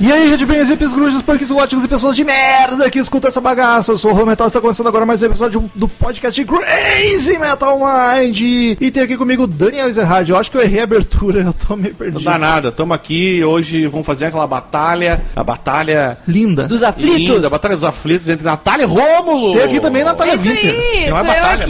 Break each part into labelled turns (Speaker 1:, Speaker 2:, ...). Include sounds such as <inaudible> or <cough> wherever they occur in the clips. Speaker 1: E aí, Red Bangers, hippies, grunges, punks, góticos e pessoas de merda que escuta essa bagaça. Eu sou o Rô Metal, está começando agora mais um episódio do podcast Crazy Metal Mind. E tem aqui comigo o Daniel Ezerhard. Eu acho que eu errei a abertura, <laughs> eu tô meio
Speaker 2: Não
Speaker 1: perdido.
Speaker 2: dá nada, estamos aqui hoje, vamos fazer aquela batalha, a batalha
Speaker 1: Linda.
Speaker 3: Dos aflitos?
Speaker 2: linda, a batalha dos aflitos entre Natália e Rômulo.
Speaker 1: Tem aqui também a
Speaker 3: É
Speaker 1: Natália
Speaker 3: isso
Speaker 1: Winter.
Speaker 3: aí,
Speaker 2: Tem uma
Speaker 3: sou
Speaker 2: batalha,
Speaker 3: eu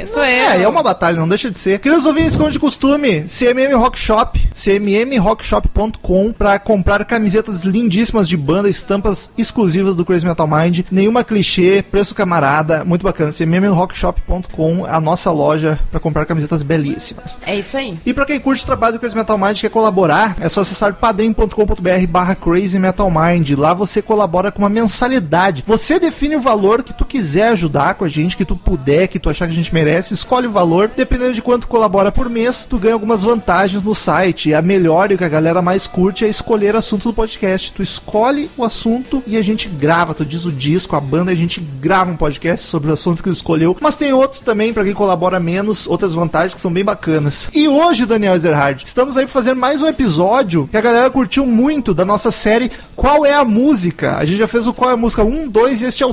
Speaker 3: aqui, sou eu.
Speaker 1: É, é uma batalha, não deixa de ser. Queridos ouvintes, como de costume, CMM Rock Shop, cmmrockshop.com pra comprar camisetas lindíssimas de banda, estampas exclusivas do Crazy Metal Mind, nenhuma clichê, preço camarada, muito bacana. cmmrockshop.com, a nossa loja pra comprar camisetas belíssimas.
Speaker 3: É isso aí.
Speaker 1: E pra quem curte o trabalho do Crazy Metal Mind e quer colaborar, é só acessar padrim.com.br barra Crazy Metal Mind. Lá você colabora com uma mensalidade. Você define o valor que tu quiser ajudar com a gente, que tu puder, que tu achar que a gente merece, escolhe o valor. Dependendo de quanto colabora por mês, tu ganha algumas vantagens no site. A melhor e o que a galera mais curte é escolher assunto do podcast. Tu escolhe o assunto e a gente grava. Tu diz o disco, a banda, e a gente grava um podcast sobre o assunto que tu escolheu. Mas tem outros também, pra quem colabora menos, outras vantagens que são bem bacanas. E hoje, Daniel Ezerhard, estamos aí pra fazer mais um episódio que a galera curtiu muito da nossa série Qual é a Música? A gente já fez o Qual é a Música 1, 2 e este é o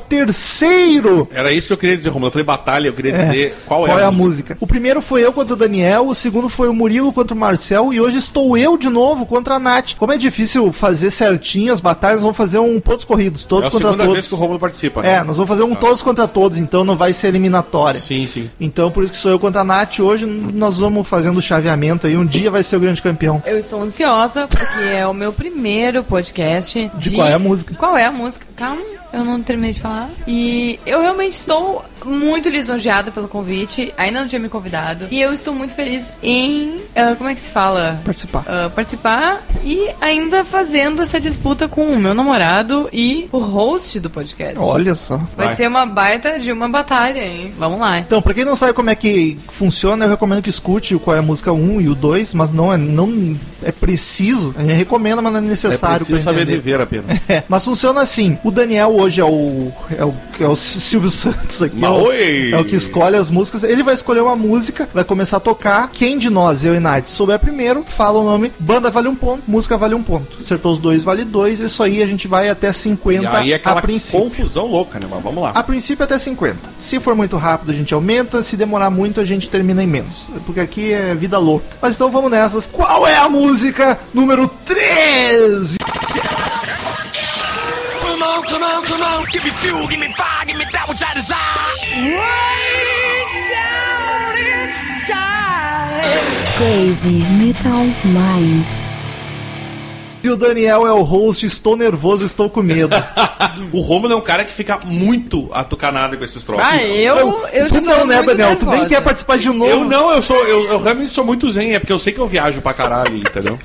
Speaker 1: terceiro.
Speaker 2: Era isso que eu queria dizer, Rômulo. Eu falei batalha, eu queria dizer qual,
Speaker 1: Qual, é, a música? O primeiro foi eu contra o Daniel, o segundo foi o Murilo contra o Marcel e hoje estou eu de novo contra a Nath. Como é difícil fazer certinho as batalhas, vamos fazer um pontos corridos,
Speaker 2: É
Speaker 1: todos
Speaker 2: a
Speaker 1: contra
Speaker 2: segunda
Speaker 1: todos.
Speaker 2: vez que o Rômulo participa.
Speaker 1: É, nós vamos fazer um todos contra todos, então não vai ser eliminatória.
Speaker 2: Sim, sim. É
Speaker 1: Então, por isso que sou eu contra a Nath. Hoje n- nós vamos fazendo o chaveamento aí. Um dia vai ser o grande campeão.
Speaker 3: Eu estou ansiosa porque é o meu primeiro podcast
Speaker 1: De qual é a música?
Speaker 3: Qual é a música? Calma, eu não terminei de falar. E eu realmente estou muito lisonjeada pelo convite. Ainda não tinha me convidado e eu estou muito feliz em ah, como é que se fala?
Speaker 1: Participar.
Speaker 3: Ah, participar e ainda fazendo essa disputa com o meu namorado e o host do podcast.
Speaker 1: Olha só.
Speaker 3: Vai,
Speaker 2: Vai.
Speaker 3: ser uma baita de uma batalha, hein? Vamos lá.
Speaker 1: Então, pra quem não sabe como é que funciona, eu recomendo que escute o qual é a música 1 e o 2, mas não é, não é preciso. A gente recomenda, mas não é
Speaker 2: É
Speaker 1: necessário
Speaker 2: preciso
Speaker 1: pra
Speaker 2: saber
Speaker 1: entender.
Speaker 2: viver apenas.
Speaker 1: É, mas funciona assim. O Daniel hoje é o. é o, é o Silvio Santos aqui.
Speaker 2: Mas
Speaker 1: é o-
Speaker 2: oi!
Speaker 1: É o que escolhe as músicas. Ele vai escolher uma música, vai começar a tocar. Quem de nós, eu e Nath, souber primeiro, fala o nome. Banda vale um ponto, música vale um ponto. Acertou os dois, vale dois. Isso aí a gente vai até 50
Speaker 2: E aí é
Speaker 1: a
Speaker 2: aquela
Speaker 1: princípio.
Speaker 2: confusão louca, né? Mas vamos lá.
Speaker 1: A princípio até 50. Se for muito rápido, a gente aumenta. Se demorar muito, a gente termina em menos. Porque aqui é vida louca. Mas então vamos nessas. Qual é a música número 13?
Speaker 4: Come on, come on, come on. Give me fuel, give me fire, give me that which I desire.
Speaker 5: Crazy Metal Mind.
Speaker 1: E o Daniel é o host, estou nervoso, estou com medo.
Speaker 2: <laughs> O Rômulo é um cara que fica muito atucanado com esses troços.
Speaker 3: Ah, eu, <laughs> eu,
Speaker 1: tu
Speaker 3: já tô
Speaker 1: não, né,
Speaker 3: muito
Speaker 1: Daniel? Tu nem
Speaker 3: nervosa.
Speaker 1: quer participar de novo.
Speaker 2: Eu não, eu sou, eu, eu realmente sou muito zen, é porque eu sei que eu viajo pra caralho, entendeu?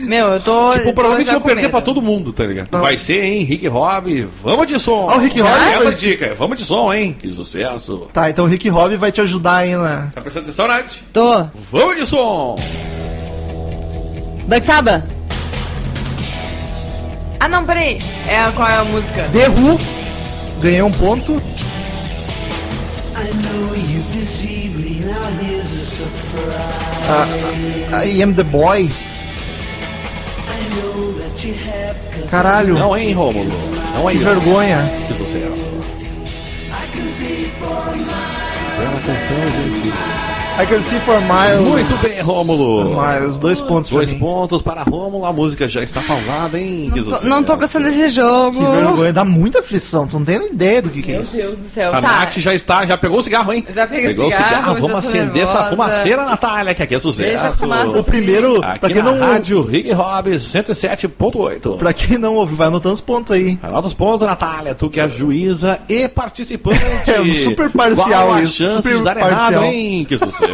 Speaker 3: Meu, eu tô.
Speaker 2: Tipo,
Speaker 3: eu tô
Speaker 2: provavelmente
Speaker 3: já
Speaker 2: vou
Speaker 3: com
Speaker 2: perder
Speaker 3: medo.
Speaker 2: pra todo mundo, tá ligado? Vai ser, hein, Rick Rob, vamos de som.
Speaker 1: Ah, o Rick
Speaker 2: Já
Speaker 1: Rob
Speaker 2: é
Speaker 1: vai
Speaker 2: Essa
Speaker 1: ser-
Speaker 2: dica, vamos de som, hein? Que sucesso.
Speaker 1: Tá, então o Rick Rob vai te ajudar né? aí na.
Speaker 2: Tá prestando atenção, Nath?
Speaker 3: Tô.
Speaker 2: Vamos de som.
Speaker 3: Black Sabbath. Ah, não, peraí. É, a- qual é a música?
Speaker 1: The Who. Ganhei um ponto. Ah, ah, I am the boy. Caralho,
Speaker 2: Não, hein, Rômulo? Não, hein,
Speaker 1: que vergonha.
Speaker 2: Que sucesso. Presta atenção, gente.
Speaker 1: I can see for miles.
Speaker 2: Muito bem, Rômulo.
Speaker 1: Mas dois pontos pra
Speaker 2: Dois
Speaker 1: mim.
Speaker 2: pontos para Rômulo. A música já está pausada, hein? que
Speaker 3: Não tô,
Speaker 2: sucesso.
Speaker 3: não tô gostando desse jogo.
Speaker 1: Que vergonha, dá muita aflição, tu não tem nem ideia do que, que é
Speaker 3: Meu
Speaker 1: isso.
Speaker 3: Deus do céu.
Speaker 2: A
Speaker 3: tá.
Speaker 2: Nath já está, já pegou o cigarro, hein?
Speaker 3: Já peguei o
Speaker 2: pegou
Speaker 3: cigarro, já tô
Speaker 2: Vamos acender
Speaker 3: nervosa.
Speaker 2: essa fumaceira, Natália, que aqui é sucesso.
Speaker 3: Deixa a fumaça
Speaker 1: O primeiro,
Speaker 2: Aqui
Speaker 1: pra quem,
Speaker 2: na
Speaker 1: não,
Speaker 2: rádio Rig Rob 107.8.
Speaker 1: pra quem não ouve, vai anotando os pontos aí.
Speaker 2: Anota os pontos, Natália, tu que é juíza e participante.
Speaker 1: <laughs> É, um super parcial
Speaker 2: Qual a
Speaker 1: isso,
Speaker 2: chance
Speaker 1: super
Speaker 2: de dar
Speaker 1: parcial.
Speaker 2: errado, hein? Que
Speaker 1: <laughs>
Speaker 2: sucesso.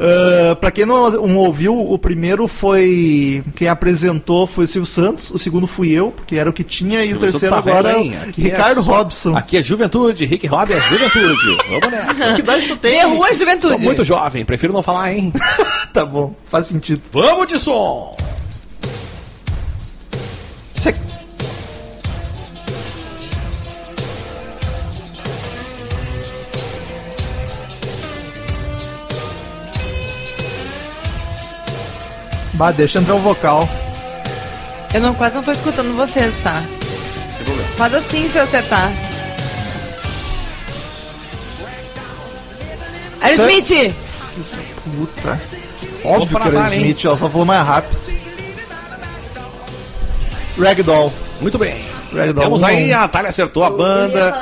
Speaker 1: Ah, pra quem não, não ouviu, o primeiro foi. Quem apresentou foi o Silvio Santos, o segundo fui eu, porque era o que tinha, e o
Speaker 2: Silvio Santos
Speaker 1: terceiro
Speaker 2: tá velho,
Speaker 1: agora é
Speaker 2: hein?
Speaker 1: o
Speaker 2: Aqui
Speaker 1: Ricardo
Speaker 2: é só-
Speaker 1: Robson.
Speaker 2: <laughs> Aqui é juventude, Rick Rob é juventude. Vamos nessa.
Speaker 1: Que idade tu tem?
Speaker 3: Derrua a
Speaker 2: Sou
Speaker 3: juventude.
Speaker 2: muito jovem, prefiro não falar,
Speaker 3: <laughs>
Speaker 2: hein?
Speaker 1: Tá bom, faz sentido.
Speaker 2: Vamos de som!
Speaker 1: Isso é- Bah, deixa entrar o vocal.
Speaker 3: Eu não, quase não tô escutando vocês, tá?
Speaker 2: Tem problema.
Speaker 3: Faz assim se eu acertar.
Speaker 2: é
Speaker 3: Aerosmith!
Speaker 1: Puta.
Speaker 2: Vou
Speaker 1: Óbvio que
Speaker 2: pra
Speaker 1: era
Speaker 2: lá, hein?
Speaker 1: Smith, ela só falou mais rápido. Ragdoll.
Speaker 2: Muito bem.
Speaker 1: Ragdoll.
Speaker 2: Temos
Speaker 1: um
Speaker 2: aí,
Speaker 1: a um.
Speaker 2: a Thalia acertou a banda.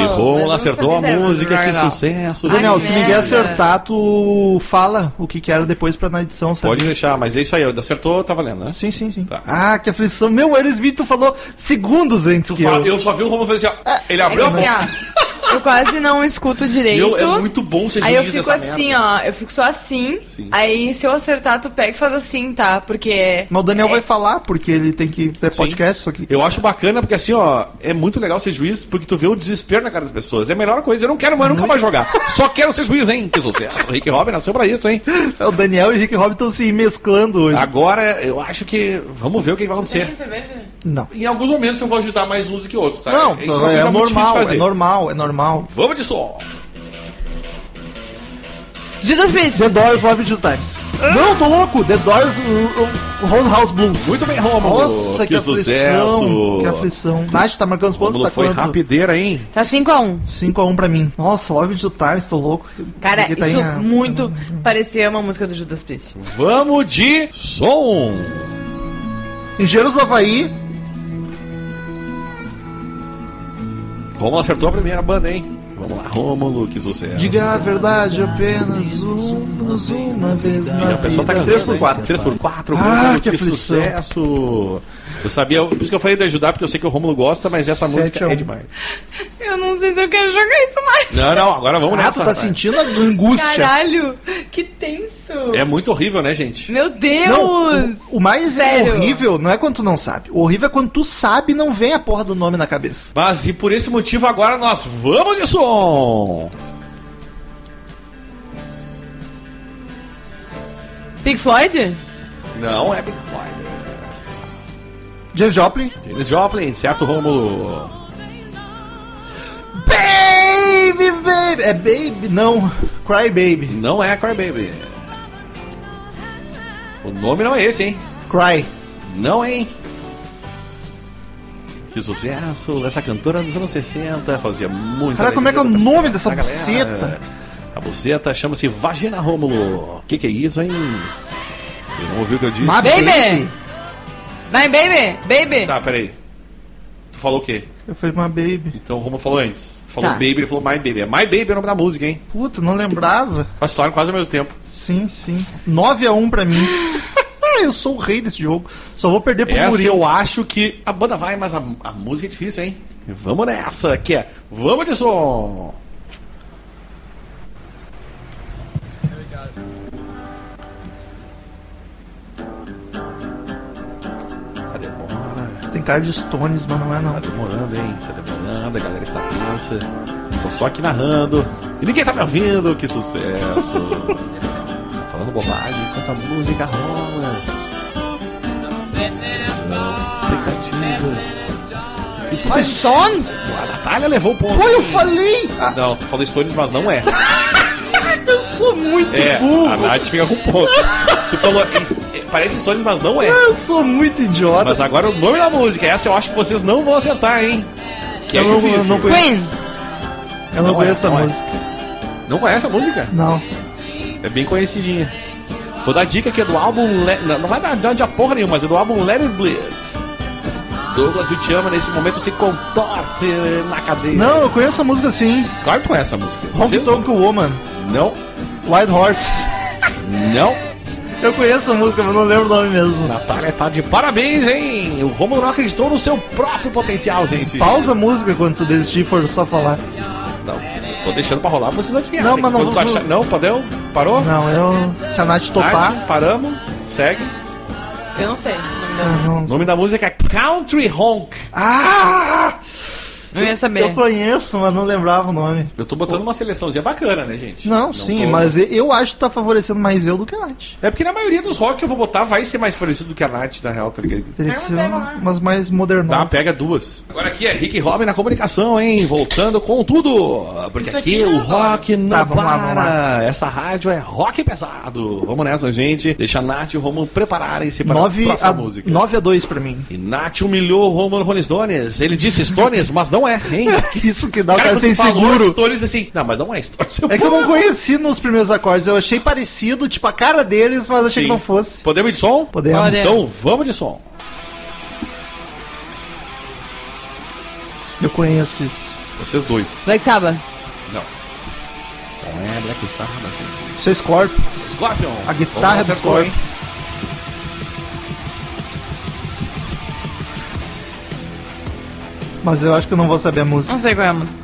Speaker 2: E Romulo acertou a música, que sucesso.
Speaker 3: Ai,
Speaker 1: Daniel, se
Speaker 3: merda.
Speaker 1: ninguém acertar, tu fala o que que era depois pra na edição, sabe?
Speaker 2: Pode deixar, mas é isso aí, acertou, tá valendo, né?
Speaker 1: Sim, sim, sim.
Speaker 2: Tá.
Speaker 1: Ah, que aflição. Meu, Aerosmith, tu falou segundos antes
Speaker 2: Tu
Speaker 1: que
Speaker 2: fala-
Speaker 1: eu.
Speaker 2: eu só vi o Romulo fazer assim, ó. Ele
Speaker 3: É que
Speaker 2: abriu a
Speaker 3: assim,
Speaker 2: boca.
Speaker 3: ó, eu quase não
Speaker 2: <laughs>
Speaker 3: escuto
Speaker 2: E
Speaker 3: direito.
Speaker 2: eu- é muito bom ser
Speaker 3: Aí eu
Speaker 2: juiz
Speaker 3: fico
Speaker 2: dessa
Speaker 3: assim,
Speaker 2: merda.
Speaker 3: ó. Eu fico só assim.
Speaker 2: Sim.
Speaker 3: Aí se eu acertar, tu pega e faz assim, tá? Porque.
Speaker 1: Mas o Daniel
Speaker 3: é-
Speaker 1: vai falar, porque ele tem que ter
Speaker 2: Sim.
Speaker 1: podcast, só que... <laughs>
Speaker 2: Eu acho bacana porque assim, ó, é muito legal ser juiz porque tu vê o desespero na cara das pessoas. É a melhor coisa, eu não quero mais nunca mais jogar. Só quero ser juiz, hein? Que sucesso. O Rick Robin nasceu pra isso, hein?
Speaker 1: O Daniel e o Rick Robin estão se mesclando hoje.
Speaker 2: Ah. Agora eu acho que vamos ver o que vai acontecer.
Speaker 3: Tem cerveja?
Speaker 1: Não.
Speaker 2: Em alguns momentos eu vou agitar mais uns do que outros, tá?
Speaker 1: Não,
Speaker 2: Isso
Speaker 1: é,
Speaker 2: coisa muito difícil de
Speaker 1: normal, é normal, é normal.
Speaker 2: Vamos de som.
Speaker 3: Judas Priest!
Speaker 1: The Doors Love Two Times. Não, tô louco! The Doors o, o, Whole House Blues.
Speaker 2: Muito bem, Romulo.
Speaker 1: Nossa, que, aflição! Que aflição. Nath, tá marcando os pontos,
Speaker 2: Romulo
Speaker 1: tá
Speaker 2: foi
Speaker 1: quanto?
Speaker 2: rapideira, hein?
Speaker 3: Tá 5x1.
Speaker 1: 5x1 pra mim. Nossa, Love Two Times, tô louco.
Speaker 3: Cara,
Speaker 1: Porque tá
Speaker 3: isso é
Speaker 1: em a-
Speaker 3: muito parecia uma música do Judas Priest.
Speaker 2: Vamos de som.
Speaker 1: Engenheiros do Havaí,
Speaker 2: Romulo acertou a primeira banda, hein? Vamos lá, Romulo, que sucesso.
Speaker 1: diga a verdade apenas uma, uma vez na
Speaker 2: E
Speaker 1: vida.
Speaker 2: a pessoa tá cantando.
Speaker 1: 3x4.
Speaker 2: 3x4,
Speaker 1: Ah,
Speaker 2: Romulo,
Speaker 1: que
Speaker 2: que,
Speaker 1: aflição.
Speaker 2: sucesso. Eu sabia, por isso que eu falei de ajudar, porque eu sei que o Romulo gosta, mas essa
Speaker 1: Sete
Speaker 2: música
Speaker 1: a um.
Speaker 2: é demais.
Speaker 3: Eu não sei se eu quero jogar isso mais.
Speaker 2: Não, não, agora vamos
Speaker 1: Ah, tu
Speaker 2: nessa.
Speaker 1: tá
Speaker 2: rapaz.
Speaker 1: sentindo a angústia.
Speaker 3: Caralho, que tenso.
Speaker 2: É muito horrível, né, gente?
Speaker 3: Meu Deus!
Speaker 1: Não, o, o mais
Speaker 3: Sério?
Speaker 1: horrível não é quando tu não sabe. O horrível é quando tu sabe e não vem a porra do nome na cabeça.
Speaker 2: Mas e por esse motivo agora nós vamos de som.
Speaker 3: Pink Floyd?
Speaker 2: Não é Pink Floyd.
Speaker 1: James Joplin.
Speaker 2: James Joplin, certo, Romulo?
Speaker 1: Baby, baby. É baby, não. Cry baby.
Speaker 2: Não é Cry Baby. O nome não é esse, hein?
Speaker 1: Cry.
Speaker 2: Não, hein? Que sucesso! Essa cantora dos anos 60 fazia muito.
Speaker 1: Cara, como é que é o nome dessa
Speaker 2: é,
Speaker 1: buceta?
Speaker 2: A buceta chama-se Vagina Rômulo. Que que é isso, hein? Você não ouviu o que eu disse?
Speaker 1: Ma-
Speaker 3: Baby! Vai, baby! Baby!
Speaker 2: Tá, peraí. Tu falou o quê?
Speaker 1: Eu falei, mas baby.
Speaker 2: Então o Romulo falou antes. Tu falou
Speaker 3: Tá.
Speaker 2: Baby, ele falou My Baby. É My Baby é o nome da música, hein?
Speaker 1: Puta, não lembrava.
Speaker 2: Mas falaram quase ao mesmo tempo.
Speaker 1: Sim, sim. 9x1 pra <laughs> mim. Ah, Eu sou o rei desse jogo. Só vou perder pro
Speaker 2: Essa
Speaker 1: Murilo.
Speaker 2: eu acho que a banda vai, mas a, a música é difícil, hein? Vamos nessa, que é Vamos de som! Tá demora,
Speaker 1: Tem cara de Stones, mas não é não.
Speaker 2: tá demorando, hein? Tá demorando, a galera está tensa. Tô só aqui narrando. E ninguém tá me ouvindo,
Speaker 1: <laughs>
Speaker 2: que sucesso! Tá Falando bobagem enquanto a música rola. Expectativa.
Speaker 3: Os Stones?
Speaker 2: A Natália levou o ponto.
Speaker 1: Pô, eu falei! Ah,
Speaker 2: Não, tu falou Stones, mas
Speaker 1: <laughs>
Speaker 2: não é.
Speaker 1: eu sou muito
Speaker 2: É, a
Speaker 1: burro!
Speaker 2: Nath fica com um ponto. Tu falou, "Es- é, parece Stones, mas não é.
Speaker 1: Eu sou muito idiota.
Speaker 2: Mas agora o nome da música, essa eu acho que vocês não vão acertar, hein? Que é
Speaker 1: Eu não-
Speaker 2: difícil.
Speaker 1: eu não conheço.
Speaker 3: Queen!
Speaker 1: Eu não,
Speaker 2: Não é,
Speaker 1: conheço
Speaker 2: não
Speaker 1: essa
Speaker 2: é.
Speaker 1: música.
Speaker 2: Não conhece a música?
Speaker 1: Não.
Speaker 2: É bem conhecidinha. Vou dar dica que é do álbum. Le- Não, não vai dar dar de porra nenhuma, mas é do álbum Let It Bleed. Douglas o Tiama nesse momento se contorce na cadeia.
Speaker 1: Não, então. eu conheço a música sim.
Speaker 2: claro que conhece a música.
Speaker 1: Honky
Speaker 2: Vocês-
Speaker 1: Tonk Woman,
Speaker 2: Não,
Speaker 1: White Horses.
Speaker 2: não.
Speaker 1: Eu conheço a música, mas não lembro o nome mesmo.
Speaker 2: Natália tá de parabéns, hein? O Romulo não acreditou no seu próprio potencial, gente.
Speaker 1: Pausa a música quando tu desistir e for só falar.
Speaker 2: Não, tô deixando pra rolar pra vocês adivinharem.
Speaker 1: Não, mas não
Speaker 2: Quando tu
Speaker 1: vou-
Speaker 2: achar... Não, padrão? Parou?
Speaker 1: Não, eu. Se a Nath topar.
Speaker 2: Nath, paramos. Segue.
Speaker 3: Eu não sei.
Speaker 1: Ah,
Speaker 2: O
Speaker 1: não.
Speaker 2: nome da música é Country Honk.
Speaker 1: Ah!
Speaker 3: Não ia
Speaker 1: Eu
Speaker 3: saber.
Speaker 1: conheço, mas não lembrava o nome.
Speaker 2: Eu tô botando uma seleçãozinha bacana, né, gente?
Speaker 1: Não, sim,
Speaker 2: tô-
Speaker 1: mas eu acho que tá favorecendo mais eu do que a Nath.
Speaker 2: É porque na maioria dos rock que eu vou botar vai ser mais parecido do que a Nath, na real, tá ligado?
Speaker 1: Teria que
Speaker 3: Eu não
Speaker 1: ser
Speaker 3: sei,
Speaker 1: uma-
Speaker 3: mano.
Speaker 1: umas mais
Speaker 2: Tá,
Speaker 1: modernas.
Speaker 2: pega duas. Agora aqui é Rick e Robin na comunicação, hein? Voltando com tudo. Porque
Speaker 3: Isso
Speaker 2: aqui
Speaker 3: aqui não é
Speaker 2: o rock não
Speaker 1: Tá, vamos lá,
Speaker 2: para.
Speaker 1: vamos
Speaker 2: Essa rádio é rock pesado. Vamos nessa, gente. Deixa a Nath e o Romulo prepararem-se para a
Speaker 1: 9
Speaker 2: próxima
Speaker 1: a,
Speaker 2: música.
Speaker 1: 9 a 2 pra mim. <laughs>
Speaker 2: E Nath humilhou o Romulo Rolling Stones. Ele disse Stones, mas não é,
Speaker 1: <laughs>
Speaker 2: hein?
Speaker 1: Isso que dá o cara
Speaker 2: quando
Speaker 1: ser
Speaker 2: falou
Speaker 1: inseguro.
Speaker 2: Stones assim, não, mas não é Stones.
Speaker 1: Tá É que eu não conheci nos primeiros acordes. Eu achei parecido, tipo, a cara deles, mas achei
Speaker 2: Sim.
Speaker 1: que não fosse.
Speaker 2: Podemos ir de som?
Speaker 1: Podemos.
Speaker 3: Olha.
Speaker 2: Então vamos de som.
Speaker 1: Eu conheço isso.
Speaker 2: Vocês dois.
Speaker 3: Black Sabbath.
Speaker 2: Não. Não é Black Sabbath, gente.
Speaker 1: Isso é Scorpions.
Speaker 2: Scorpion.
Speaker 1: A guitarra
Speaker 2: Vamos lá,
Speaker 1: dos
Speaker 2: acertou, hein?
Speaker 1: Scorpions. Mas eu acho que eu não vou saber a música.
Speaker 3: Não sei qual é a música.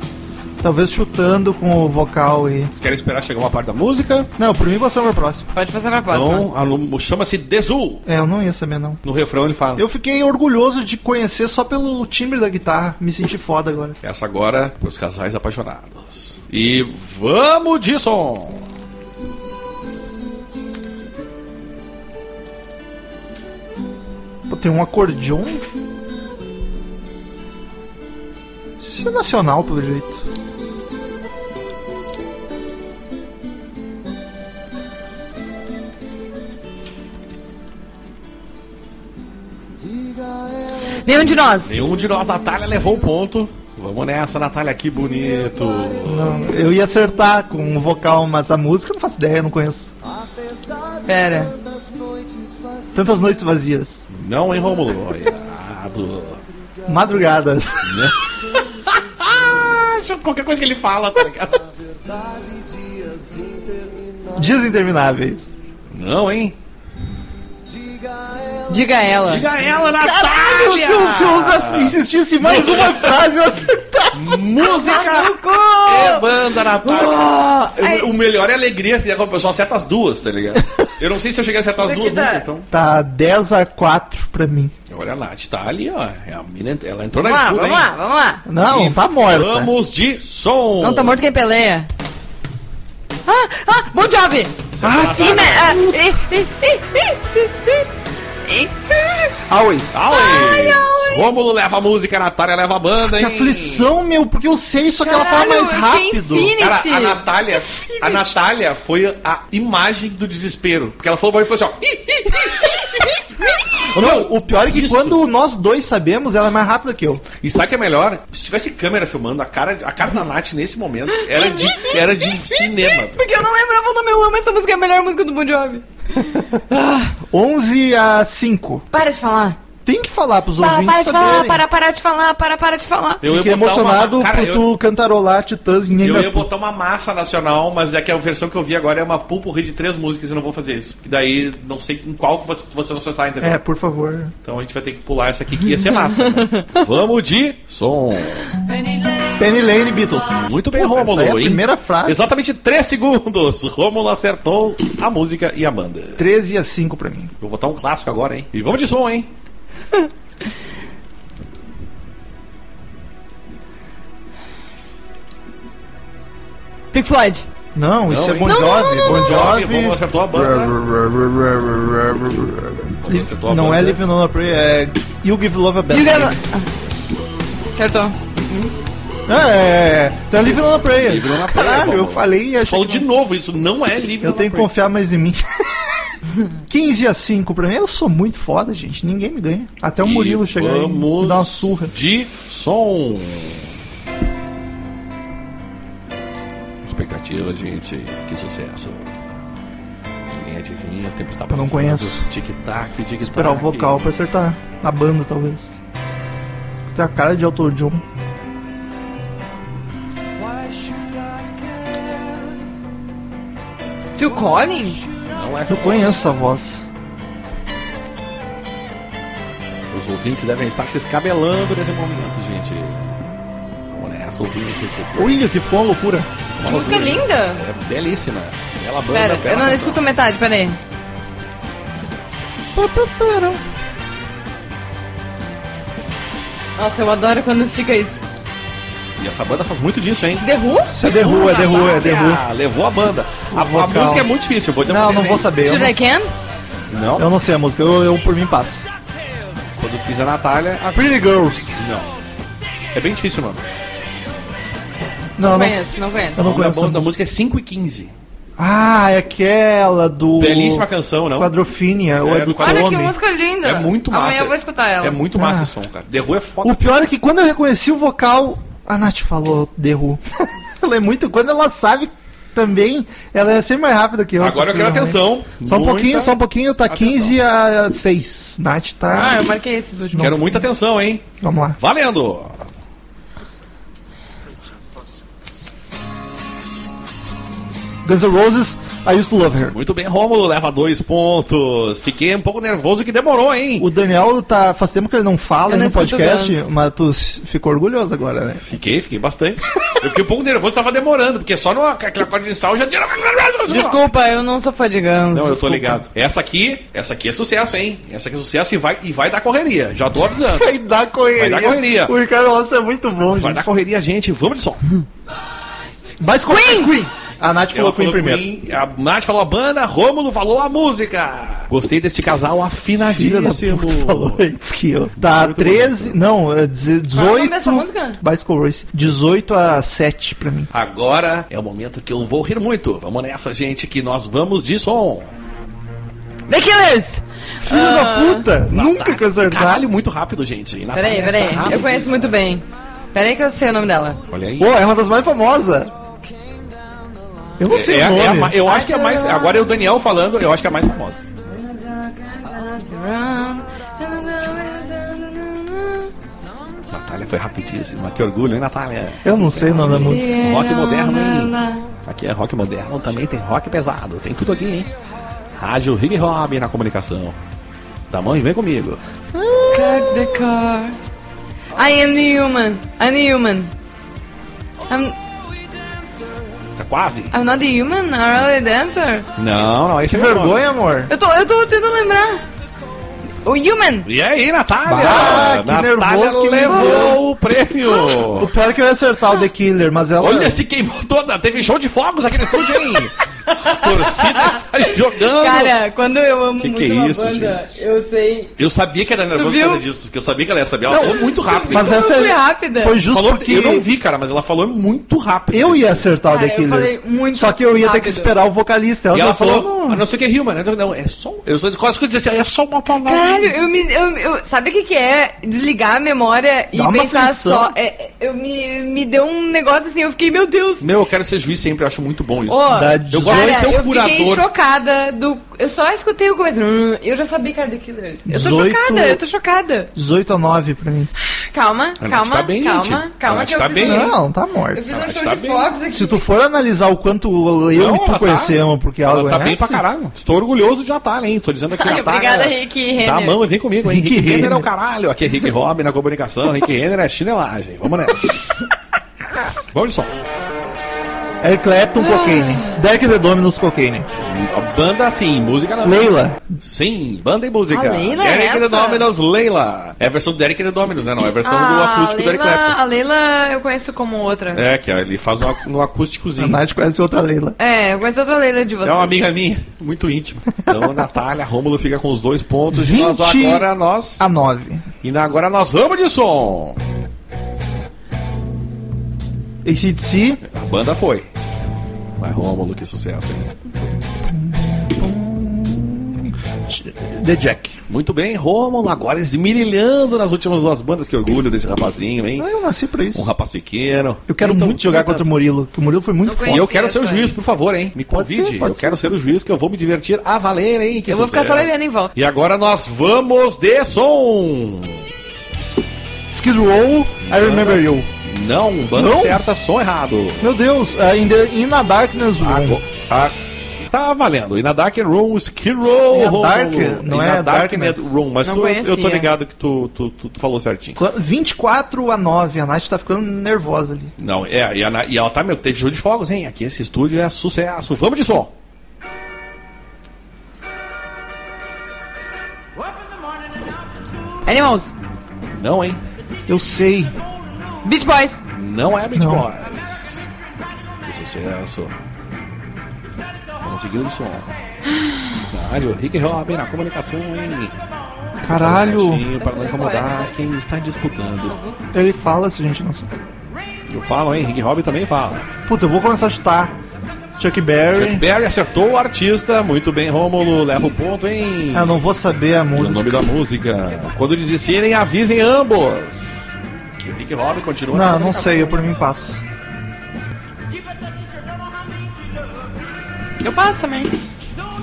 Speaker 1: Talvez chutando com o vocal e.
Speaker 2: Vocês querem esperar chegar uma parte da música?
Speaker 1: Não, por mim você é o meu próximo.
Speaker 3: Pode passar pra próxima.
Speaker 2: Então, a lu- chama-se Desu.
Speaker 1: É, eu não ia saber, não.
Speaker 2: No refrão ele fala.
Speaker 1: Eu fiquei orgulhoso de conhecer só pelo timbre da guitarra. Me senti foda agora.
Speaker 2: Essa agora pros casais apaixonados. E vamos de som.
Speaker 1: Pô, tem um acordeon. Isso é nacional, pelo jeito.
Speaker 3: Nenhum de nós.
Speaker 2: Nenhum de nós, Natália, levou o ponto. Vamos nessa, Natália, que bonito.
Speaker 1: Não, eu ia acertar com o vocal, mas a música eu não faço ideia, eu não conheço.
Speaker 3: Pera.
Speaker 1: Tantas noites vazias.
Speaker 2: Não, hein, Romulo? <laughs> Errado.
Speaker 1: Madrugadas. <laughs>
Speaker 2: Acho que Ah, qualquer coisa que ele fala, tá ligado?
Speaker 1: Dias intermináveis.
Speaker 2: Não, hein?
Speaker 3: Diga ela.
Speaker 2: Diga ela,
Speaker 1: Caralho,
Speaker 2: Natália!
Speaker 1: se eu, se eu usasse- insistisse em mais uma frase, eu acertava.
Speaker 2: Música é banda, Natália. O- O melhor é a alegria que é quando o pessoal acerta as duas, tá ligado? Eu não sei se eu cheguei a acertar as
Speaker 3: Isso
Speaker 2: duas,
Speaker 3: aqui tá-
Speaker 2: nunca, então.
Speaker 1: Tá 10 a 4 pra mim.
Speaker 2: Olha, a Nath tá ali, ó. É a mina, ent- ela entrou na
Speaker 3: Vamos lá,
Speaker 2: disputa,
Speaker 3: vamos
Speaker 2: hein?
Speaker 3: lá, vamos lá.
Speaker 1: Não,
Speaker 2: E
Speaker 1: tá morta.
Speaker 2: Vamos de som.
Speaker 3: Não tá morto quem peleia. Ah, ah, Bon Jovi.
Speaker 1: Ah,
Speaker 3: Ih, né, ah, ih, ih, ih, ih, ih, ih, ih.
Speaker 1: Always.
Speaker 2: Ai, Rômulo leva a música, a Natália leva a banda,
Speaker 1: Que
Speaker 2: hein?
Speaker 1: aflição, meu, porque eu sei, só que
Speaker 3: Caralho,
Speaker 1: ela fala
Speaker 3: eu fiquei
Speaker 1: mais rápido.
Speaker 3: infinita.
Speaker 2: Cara, a Natália, a Natália foi a imagem do desespero. Porque ela falou pra mim e falou assim, ó. "Ih, ih,
Speaker 1: Não, o pior é que
Speaker 2: Isso.
Speaker 1: quando nós dois sabemos, ela é mais rápida que eu.
Speaker 2: E sabe o que é melhor? Se tivesse câmera filmando, a cara, a cara da Nath nesse momento era de, era de cinema.
Speaker 3: Porque eu não lembrava o nome, eu amo essa música, é a melhor música do Bon Jovi.
Speaker 1: 11 a 5.
Speaker 3: Para de falar.
Speaker 1: Tem que falar pros
Speaker 3: Para,
Speaker 1: ouvintes
Speaker 3: para de falar,
Speaker 1: saberem.
Speaker 3: para, para de falar, para, para de falar.
Speaker 2: Eu
Speaker 1: Fiquei
Speaker 2: botar uma-
Speaker 1: emocionado
Speaker 2: cara,
Speaker 1: por
Speaker 2: eu-
Speaker 1: tu cantarolar Titãs em
Speaker 2: Eu ia botar uma massa nacional, mas é que a versão que eu vi agora é uma pulpurri de três músicas e eu não vou fazer isso. Que daí não sei em qual que você, você não está entendendo.
Speaker 1: É, por favor.
Speaker 2: Então a gente vai ter que pular essa aqui que ia ser massa. mas- <laughs> Vamos de som.
Speaker 1: Penny Lane Beatles.
Speaker 2: Muito bem,
Speaker 1: Puta,
Speaker 2: Rômulo.
Speaker 1: essa é a
Speaker 2: hein?
Speaker 1: primeira frase.
Speaker 2: Exatamente três segundos. Rômulo acertou a música e a banda.
Speaker 1: 13 a 5 pra mim.
Speaker 2: Vou botar um clássico agora, hein? E vamos de som, hein?
Speaker 3: Pink Floyd.
Speaker 1: Não, isso
Speaker 2: Não,
Speaker 1: é
Speaker 2: hein?
Speaker 1: Bon
Speaker 2: Não,
Speaker 1: Jovi. Bon Jovi.
Speaker 2: Rômulo acertou a banda. né? Rômulo acertou a
Speaker 1: Não
Speaker 2: banda.
Speaker 1: é Living on a Prayer, é You Give Love a Bad
Speaker 3: Diga ela.
Speaker 1: Name.
Speaker 3: Ah. Acertou.
Speaker 1: É, é, é. Então é Living on a Prayer.
Speaker 2: Living on a Prayer,
Speaker 1: Caralho, eu
Speaker 2: Rômulo.
Speaker 1: falei e achei
Speaker 2: Falou
Speaker 1: que
Speaker 2: de novo, isso não é livre.
Speaker 1: Eu tenho que confiar mais em mim. 15 a 5 pra mim. Eu sou muito foda, gente. Ninguém me ganha. Até o É um Murilo chegar aí e
Speaker 2: Vamos
Speaker 1: me dar uma surra.
Speaker 2: de som. Expectativa, gente. Que sucesso. Ninguém adivinha, o tempo está
Speaker 1: Eu
Speaker 2: passando.
Speaker 1: não conheço.
Speaker 2: Tic-tac, tic-tac.
Speaker 1: Esperar o vocal pra acertar. Na banda, talvez. Tem a cara de um. Elton John.
Speaker 3: Phil Collins?
Speaker 2: Não é
Speaker 1: Eu conheço essa voz.
Speaker 2: Os ouvintes devem estar se escabelando nesse momento, gente. Vamos nessa, ouvintes.
Speaker 1: Olha, que ficou uma loucura.
Speaker 2: Uma
Speaker 3: Que música
Speaker 2: loucura.
Speaker 3: linda.
Speaker 2: É belíssima. Bela banda.
Speaker 3: Pera,
Speaker 2: bela
Speaker 3: eu não
Speaker 2: canção.
Speaker 3: escuto metade, pera aí. Nossa, eu adoro quando fica isso.
Speaker 2: E essa banda faz muito disso, hein?
Speaker 3: The Who?
Speaker 1: Isso é The Who, é The Who, é The Who.
Speaker 2: Ah, levou a banda. A, a
Speaker 1: vocal.
Speaker 2: música é muito difícil, eu vou dizer pra
Speaker 1: Não,
Speaker 2: vocês,
Speaker 1: não vou
Speaker 2: hein?
Speaker 1: saber. Eu
Speaker 3: Should I
Speaker 1: não,
Speaker 3: Can?
Speaker 2: Não,
Speaker 1: eu não sei a música, eu, eu por mim passo.
Speaker 2: quando fiz a Natália. a-
Speaker 1: Pretty Girls.
Speaker 2: Não. É bem difícil o
Speaker 1: um
Speaker 2: nome.
Speaker 1: Não,
Speaker 3: Não
Speaker 1: não.
Speaker 3: conheço, não
Speaker 1: Eu
Speaker 3: conheço.
Speaker 1: não
Speaker 2: O nome da
Speaker 1: conheço.
Speaker 2: banda-
Speaker 1: essa
Speaker 2: da
Speaker 1: música.
Speaker 2: música é 5 e 15.
Speaker 1: Ah, é aquela do.
Speaker 2: Belíssima canção, não?
Speaker 1: Quadrofínia, ou é
Speaker 2: É,
Speaker 1: do
Speaker 2: do Quadro-
Speaker 1: Tome.
Speaker 3: Olha que música linda.
Speaker 2: É muito massa.
Speaker 3: Amanhã eu vou escutar ela.
Speaker 2: É muito massa
Speaker 1: Ah.
Speaker 2: esse som, cara. The Who é foda.
Speaker 1: O pior é que quando eu reconheci o vocal, a Nath falou The Who. <laughs> ela é muito. Quando ela sabe também, ela é sempre mais rápida que eu.
Speaker 2: Agora eu quero
Speaker 1: Realmente.
Speaker 2: atenção.
Speaker 1: Só um
Speaker 2: Muita-
Speaker 1: pouquinho, só um pouquinho, tá
Speaker 2: atenção. é.
Speaker 1: 15 a 6. Nath tá.
Speaker 3: Ah, eu marquei esses últimos.
Speaker 2: Quero muita atenção, hein?
Speaker 1: Vamos lá.
Speaker 2: Valendo!
Speaker 1: Guns N' Roses, I used to love her.
Speaker 2: Muito bem, Rômulo leva dois pontos. Fiquei um pouco nervoso que demorou, hein?
Speaker 1: O Daniel tá. Faz tempo que ele não fala
Speaker 3: Eu
Speaker 1: aí
Speaker 3: não
Speaker 1: no
Speaker 3: escuto
Speaker 1: podcast,
Speaker 3: Guns.
Speaker 1: mas tu s- ficou orgulhoso agora, né?
Speaker 2: Fiquei, fiquei bastante. Eu fiquei um pouco nervoso, tava demorando, porque só no aquela corda de sal já tinha.
Speaker 3: Desculpa, eu não sou fã de Guns.
Speaker 2: Não, eu tô
Speaker 3: desculpa.
Speaker 2: ligado. Essa aqui, essa aqui é sucesso, hein? Essa aqui é sucesso e vai, e vai dar correria. Já tô
Speaker 1: <laughs>
Speaker 2: avisando.
Speaker 1: Vai dar correria.
Speaker 2: Vai dar correria.
Speaker 1: O Ricardo Alonso é muito bom,
Speaker 2: Vai
Speaker 1: gente.
Speaker 2: dar correria, gente. Vamos de som.
Speaker 1: Mas Queen! Queen! A Nath falou
Speaker 2: Ela
Speaker 1: Queen
Speaker 2: falou
Speaker 1: primeiro.
Speaker 2: Queen, a Nath falou a banda, Rômulo falou a música. Gostei desse casal
Speaker 1: Filha da
Speaker 2: afinadíssimo.
Speaker 1: puta falou antes que eu. Tá
Speaker 2: Muito
Speaker 1: 13. Não, é deze-
Speaker 3: Qual é o nome
Speaker 1: 18.
Speaker 3: dessa música?
Speaker 1: Bicycle Race. 18 a 7 pra mim.
Speaker 2: Agora é o momento que eu vou rir muito. Vamos nessa, gente, que nós vamos de som.
Speaker 3: The Killers!
Speaker 1: Filho
Speaker 3: Ah,
Speaker 1: da puta! Nunca que eu acertar.
Speaker 2: Caralho, muito rápido, gente. Natália
Speaker 3: Peraí,
Speaker 2: está
Speaker 3: peraí.
Speaker 2: rápido.
Speaker 3: Eu conheço muito bem. Peraí que eu sei o nome dela.
Speaker 2: Olha aí.
Speaker 1: Pô, é uma das mais famosas. Eu não sei
Speaker 2: É-
Speaker 1: o nome.
Speaker 2: é a ma- eu acho que é mais. Agora é o Daniel falando, eu acho que é a mais famosa. Natália foi rapidíssima. Que orgulho, hein, Natália?
Speaker 1: Eu não sei o nome da música.
Speaker 2: Rock moderno, hein? Aqui é rock moderno, também tem rock pesado, tem tudo aqui, hein? Rádio Rig Hobby na comunicação. Da mãe, vem comigo.
Speaker 3: Cut the car. I am the human. I'm the human. I'm,
Speaker 2: Tá quase?
Speaker 3: I'm not the human, I'm really a dancer.
Speaker 2: Não, não, esse
Speaker 1: Que
Speaker 2: é meu nome.
Speaker 1: vergonha, amor.
Speaker 3: Eu tô, eu tô tentando lembrar. O human.
Speaker 2: E aí, Natália?
Speaker 1: Bah, Ah, que
Speaker 2: Natália
Speaker 1: nervoso que
Speaker 2: levou
Speaker 1: levou.
Speaker 2: o prêmio.
Speaker 1: O <laughs> pior é que eu ia acertar o The Killer, mas ela.
Speaker 2: Olha, assim, se queimou toda. Teve show de fogos aqui no estúdio,
Speaker 1: <laughs>
Speaker 2: hein? A torcida está jogando.
Speaker 3: Cara, quando eu amo
Speaker 2: Que
Speaker 3: muito
Speaker 2: que é
Speaker 3: uma
Speaker 2: isso,
Speaker 3: banda, eu sei.
Speaker 2: Eu sabia que era nervoso por
Speaker 3: viu?
Speaker 2: causa disso, porque eu sabia que ela ia saber. Ela falou muito rápido.
Speaker 1: Mas
Speaker 2: hein?
Speaker 1: essa é-
Speaker 3: fui rápida.
Speaker 1: foi justo
Speaker 2: falou,
Speaker 1: porque
Speaker 2: Eu não vi, cara, mas ela falou muito rápido.
Speaker 1: Eu ia acertar
Speaker 3: Cara,
Speaker 1: o The
Speaker 3: eu
Speaker 1: Killers.
Speaker 3: falei muito
Speaker 1: só que eu ia ter que
Speaker 3: rápido.
Speaker 1: esperar o vocalista. Ela,
Speaker 2: E
Speaker 1: só
Speaker 2: ela falou,
Speaker 1: "Não".
Speaker 2: a não ser que é Human, né? Não, é só. Eu sou quase que eu disse assim, é só uma palavra.
Speaker 3: Caralho, eu me. Eu, eu- sabe o que, que é? Desligar a memória e
Speaker 1: Dá uma
Speaker 3: pensar
Speaker 1: aflição.
Speaker 3: só. É, é, eu me, me deu um negócio assim, eu fiquei, meu Deus!
Speaker 2: Meu, eu quero ser juiz sempre, eu acho muito bom isso.
Speaker 3: Ó,
Speaker 1: Da
Speaker 2: "Ah, eu gosto de
Speaker 3: Cara,
Speaker 2: ser é o
Speaker 3: eu fiquei
Speaker 2: curador.
Speaker 3: chocada do. Eu só escutei o começo. "Hum", Eu já sabia que era The Killers. Eu tô
Speaker 1: 18.
Speaker 3: chocada, eu tô chocada.
Speaker 1: 18 a 9 pra mim.
Speaker 3: Calma,
Speaker 2: Nath
Speaker 3: calma,
Speaker 2: tá bem,
Speaker 3: calma,
Speaker 2: gente. A
Speaker 3: calma
Speaker 2: Nath
Speaker 3: que eu
Speaker 2: tá
Speaker 3: fiz
Speaker 2: bem.
Speaker 3: um-
Speaker 1: Não, tá morta.
Speaker 3: Eu fiz um
Speaker 2: Nath
Speaker 3: show
Speaker 2: tá
Speaker 3: de
Speaker 2: bem.
Speaker 3: Fox aqui.
Speaker 1: Se tu for analisar o quanto eu
Speaker 2: Não,
Speaker 1: e tu
Speaker 2: ela tá-
Speaker 1: conhecemos, porque
Speaker 2: Ela
Speaker 1: algo
Speaker 2: tá
Speaker 1: é
Speaker 2: bem
Speaker 1: essa.
Speaker 2: pra caralho. Estou orgulhoso de Natália, hein? Tô dizendo aqui,
Speaker 3: Ai,
Speaker 2: Natália.
Speaker 3: obrigada, Rick Renner.
Speaker 2: Dá a mão e vem comigo, hein?
Speaker 1: Rick
Speaker 2: Rick, Renner. é o
Speaker 1: Renner.
Speaker 2: caralho. Aqui é Rick Robin na comunicação. Rick Renner é chinelagem. Vamos <laughs> nessa. Vamos de som.
Speaker 1: Eric Clapton, é Cocaine. Derek The Dominus, Cocaine.
Speaker 2: Banda sim, música não.
Speaker 1: Leila.
Speaker 2: Sim, banda e música.
Speaker 3: A Leila é
Speaker 2: Derek
Speaker 3: essa?
Speaker 2: The Dominos, Leila. É a versão do Derek The Dominos, né? Não, é a versão do
Speaker 3: Ah,
Speaker 2: acústico do
Speaker 3: a
Speaker 2: Eric
Speaker 3: Leila,
Speaker 2: Clapton.
Speaker 3: a Leila eu conheço como outra.
Speaker 2: É, que ó, ele faz no, ac- no
Speaker 1: A
Speaker 2: acústicozinho.
Speaker 1: Nath conhece outra Leila.
Speaker 3: É, eu conheço outra Leila de vocês.
Speaker 2: É uma amiga minha, muito íntima. Então, Natália, Rômulo fica com os dois pontos. E nós
Speaker 1: 20
Speaker 2: agora nós.
Speaker 1: A 9.
Speaker 2: E agora nós vamos de som.
Speaker 1: ACDC.
Speaker 2: A banda foi. Mas Rômulo, que sucesso, hein?
Speaker 1: The Jack.
Speaker 2: Muito bem, Rômulo, agora esmirilhando nas últimas duas bandas. Que orgulho desse rapazinho, hein?
Speaker 1: Ah, Eu nasci pra
Speaker 2: Um
Speaker 1: isso. tá.
Speaker 2: rapaz pequeno.
Speaker 1: Eu quero
Speaker 2: Então,
Speaker 1: muito jogar contra o Murilo. que O Murilo foi muito
Speaker 3: Não
Speaker 1: forte.
Speaker 2: E
Speaker 3: conheço.
Speaker 2: eu quero ser o
Speaker 3: Essa,
Speaker 2: juiz, por favor, hein? Me
Speaker 1: Pode
Speaker 2: convide.
Speaker 1: ser, pode
Speaker 2: eu quero ser o juiz, que eu vou me divertir a valer, hein? Que
Speaker 3: Eu vou ficar só
Speaker 2: sucesso.
Speaker 3: levando em volta.
Speaker 2: E agora nós vamos de som.
Speaker 1: Skid Row, I Remember You.
Speaker 2: Não, banda
Speaker 1: Não?
Speaker 2: certa, som errado.
Speaker 1: Meu Deus, uh, in, the, in a Darkness Room.
Speaker 2: Ago- a- Tá valendo. E na Dark Room, Skill Roll.
Speaker 1: E a
Speaker 2: Romulo.
Speaker 1: Dark- não
Speaker 2: E
Speaker 1: é
Speaker 2: na
Speaker 1: Darkness.
Speaker 2: Darknet Room, mas
Speaker 3: Não
Speaker 2: tu- eu tô
Speaker 3: conhecia.
Speaker 2: ligado que tu, tu, tu- tu falou certinho.
Speaker 1: Qu- 24 a 9. A Nath tá ficando nervosa ali.
Speaker 2: Não, é, e, a na- e ela tá, meu, teve show de fogos, hein? Aqui esse estúdio é sucesso. Vamos de som.
Speaker 3: Animals.
Speaker 2: Não, hein?
Speaker 1: Eu sei.
Speaker 3: Beach Boys.
Speaker 2: Não é Beach
Speaker 1: Não.
Speaker 2: Boys. Que sucesso. Vamos seguindo o som. Caralho, Rick Robin na comunicação, hein?
Speaker 1: Caralho,
Speaker 2: Certinho, Para não incomodar quem está disputando.
Speaker 1: ele fala se a gente não sabe.
Speaker 2: Eu falo, hein? Rick Robin também fala.
Speaker 1: Puta, eu vou começar a chutar. Chuck Berry.
Speaker 2: Chuck Berry acertou o artista. Muito bem, Rômulo. Leva o ponto, hein?
Speaker 1: Ah, não vou saber a
Speaker 2: O nome
Speaker 1: música.
Speaker 2: da música. Quando desistirem, avisem ambos. E Rick Robin continua.
Speaker 1: Não, não sei, eu por mim passo.
Speaker 3: Eu passo também.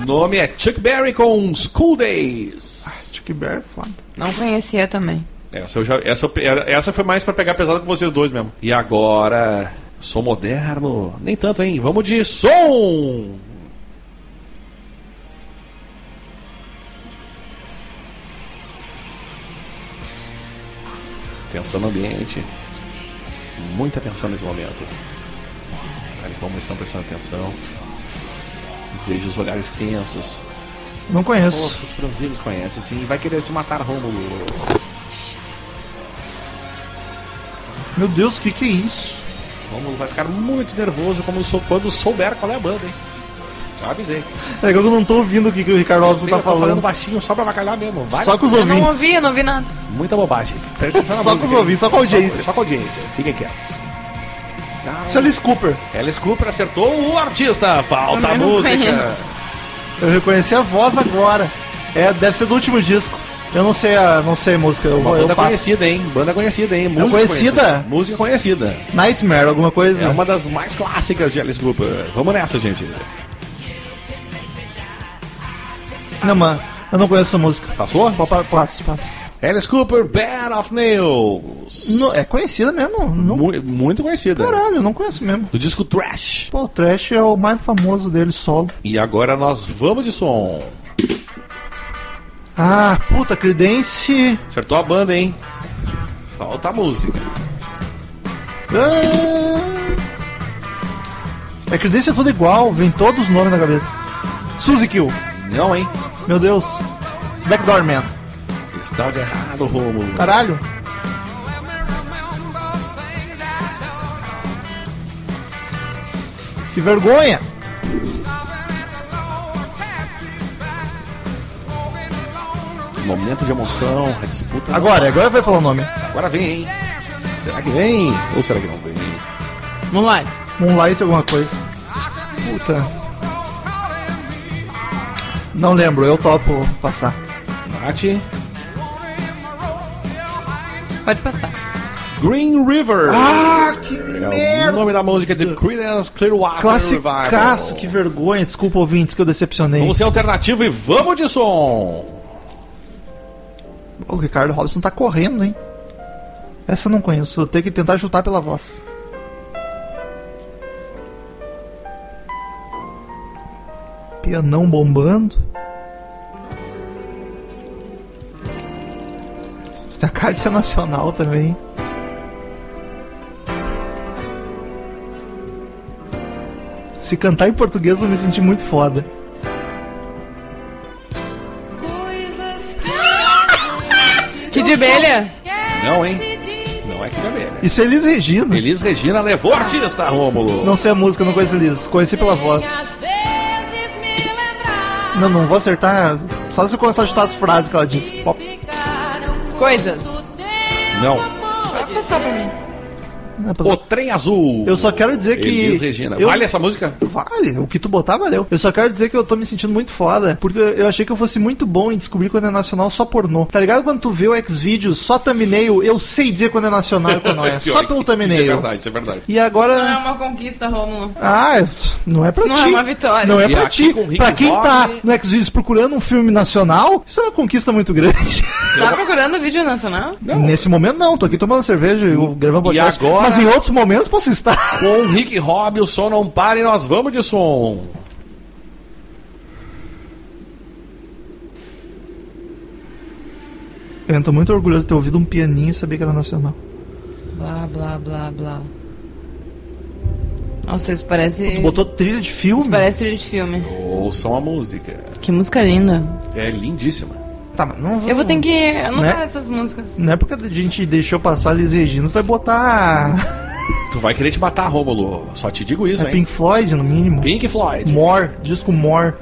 Speaker 2: O nome é Chuck Berry com School Days.
Speaker 1: Chuck Berry, é foda.
Speaker 3: Não conhecia também.
Speaker 2: Essa, eu já, essa, eu pe- era- essa foi mais pra pegar pesado com vocês dois mesmo. E agora, sou moderno. Nem tanto, hein? Vamos de som! Tensão no ambiente. Muita atenção nesse momento. Cara, como estão prestando atenção? Vejo os olhares tensos.
Speaker 1: Não conheço.
Speaker 2: Poxa, os franzinos conhecem sim. Vai querer se matar, Rômulo.
Speaker 1: Meu Deus, o que, que é isso?
Speaker 2: Romulo vai ficar muito nervoso como sou- quando souber qual é a banda, hein? Eu avisei.
Speaker 1: É que eu não tô ouvindo o que, que o Ricardo Alves
Speaker 2: Sei,
Speaker 1: tá
Speaker 2: eu tô
Speaker 1: falando.
Speaker 2: baixinho só pra bacalhar mesmo. Vai.
Speaker 1: Só com os
Speaker 3: Eu não
Speaker 1: ouvintes.
Speaker 3: ouvi, eu não ouvi nada.
Speaker 2: Muita bobagem. Presta atenção
Speaker 1: <laughs>
Speaker 2: na
Speaker 1: Só com
Speaker 2: música,
Speaker 1: os
Speaker 2: hein?
Speaker 1: ouvintes, só com a audiência.
Speaker 2: Só com a audiência. Fiquem quietos. Não.
Speaker 1: Alice Cooper.
Speaker 2: Alice Cooper acertou o artista. Falta a
Speaker 3: Também não
Speaker 2: música.
Speaker 3: conheço.
Speaker 1: Eu reconheci a voz agora. É, deve ser do último disco. Eu não sei a, não sei a música, eu,
Speaker 2: Uma
Speaker 1: vou- eu
Speaker 2: banda
Speaker 1: passo. É
Speaker 2: conhecida, hein? Banda conhecida, hein? Música
Speaker 1: conhecida?
Speaker 2: Música conhecida.
Speaker 1: Nightmare, alguma coisa?
Speaker 2: É uma das mais clássicas de Alice Cooper. Vamos nessa, gente.
Speaker 1: Não, mano, eu não conheço essa música.
Speaker 2: Passou?
Speaker 1: Pa- pa- Passo, passo.
Speaker 2: Alice Cooper, Bad of Nails.
Speaker 1: Não, é conhecida mesmo? Não,
Speaker 2: Mu- muito conhecida.
Speaker 1: caralho, eu não conheço mesmo.
Speaker 2: Do disco Trash.
Speaker 1: Pô, o Trash é o mais famoso dele, solo.
Speaker 2: E agora nós vamos de som.
Speaker 1: Ah, puta, Credence.
Speaker 2: Acertou a banda, hein? Falta a música.
Speaker 1: Ah. É Credence é tudo igual, vem todos os nomes na cabeça. Suzy Kill,
Speaker 2: Não, hein?
Speaker 1: meu Deus. Backdoor Man,
Speaker 2: Estás errado, Romulo.
Speaker 1: caralho. Que vergonha!
Speaker 2: Momento de emoção, a disputa.
Speaker 1: Agora, agora vai falar o nome.
Speaker 2: Agora vem, hein? Será que vem? Ou será que não vem?
Speaker 3: Vamos lá.
Speaker 1: Moonlight alguma coisa. Puta. Não lembro, eu topo passar.
Speaker 2: Mate.
Speaker 3: Pode passar.
Speaker 2: Green River.
Speaker 1: Ah, que
Speaker 2: é o nome da música de Creedence Clearwater
Speaker 1: Classicaço,
Speaker 2: Revival.
Speaker 1: que vergonha. Desculpa, ouvintes, que eu decepcionei.
Speaker 2: Vamos ser alternativo e vamos de som.
Speaker 1: O Ricardo Robson tá correndo, hein? Essa eu não conheço, eu tenho que tentar chutar pela voz. Pianão bombando. Isso tem a cara de ser nacional também. hein? Se cantar em português, eu vou me sentir muito foda.
Speaker 3: Que de abelha?
Speaker 2: Não, hein? Não é que de abelha.
Speaker 1: Isso é Elis Regina.
Speaker 2: Elis Regina levou artista, Rômulo.
Speaker 1: Não sei a música, não conheço Elis. Conheci pela voz. Não, não vou acertar. Só se eu começar a chutar as frases que ela disse. Pop.
Speaker 2: um
Speaker 3: Coisas.
Speaker 2: Não.
Speaker 3: Pode passar pra mim.
Speaker 1: Não é pra-
Speaker 2: O Trem Azul.
Speaker 1: Eu só quero dizer que.
Speaker 2: Elis Regina.
Speaker 1: eu-
Speaker 2: Vale essa música?
Speaker 1: Vale, o que tu botar valeu. Eu só quero dizer que eu tô me sentindo muito foda, porque eu achei que eu fosse muito bom em descobrir quando é nacional só pornô. Tá ligado quando tu vê o X-Videos, só thumbnail, eu sei dizer quando é nacional e quando não é. Só
Speaker 2: <laughs> Pior,
Speaker 1: pelo
Speaker 2: isso
Speaker 1: thumbnail.
Speaker 2: é verdade, isso é verdade.
Speaker 1: E
Speaker 3: Não é
Speaker 1: agora.
Speaker 3: uma conquista, Rômulo.
Speaker 1: Ah, não é pra
Speaker 3: Isso não
Speaker 1: ti.
Speaker 3: é uma vitória.
Speaker 1: Não é
Speaker 2: E
Speaker 1: pra
Speaker 2: aqui
Speaker 1: ti.
Speaker 2: com o Rick
Speaker 1: Pra quem tá
Speaker 2: Rock-
Speaker 1: no X-Videos procurando um filme nacional, isso é uma conquista muito grande. <laughs>
Speaker 3: Tá procurando vídeo nacional?
Speaker 1: Nesse momento não, tô aqui tomando cerveja e eu gravando podcast.
Speaker 2: agora-
Speaker 1: Mas em outros momentos posso estar.
Speaker 2: Com Rick Rob, o som não para e nós vamos de som.
Speaker 1: <laughs> Eu tô muito orgulhoso de ter ouvido um pianinho e saber que era nacional.
Speaker 3: Blá, blá, blá, blá. Nossa, isso parece.
Speaker 1: Tu botou trilha de
Speaker 2: um?
Speaker 1: filme?
Speaker 3: Isso parece trilha de filme.
Speaker 2: Ouçam a música.
Speaker 3: Que música linda.
Speaker 2: É lindíssima.
Speaker 1: Tá, mas não
Speaker 3: Eu vou ter que anotar
Speaker 1: Né?
Speaker 3: essas músicas.
Speaker 1: Não é porque a gente deixou passar Liz Regina, tu vai botar
Speaker 2: Tu vai querer te matar, Rômulo. Só te digo isso,
Speaker 1: é
Speaker 2: hein?
Speaker 1: Pink Floyd, no mínimo.
Speaker 2: Pink Floyd.
Speaker 1: More, disco More.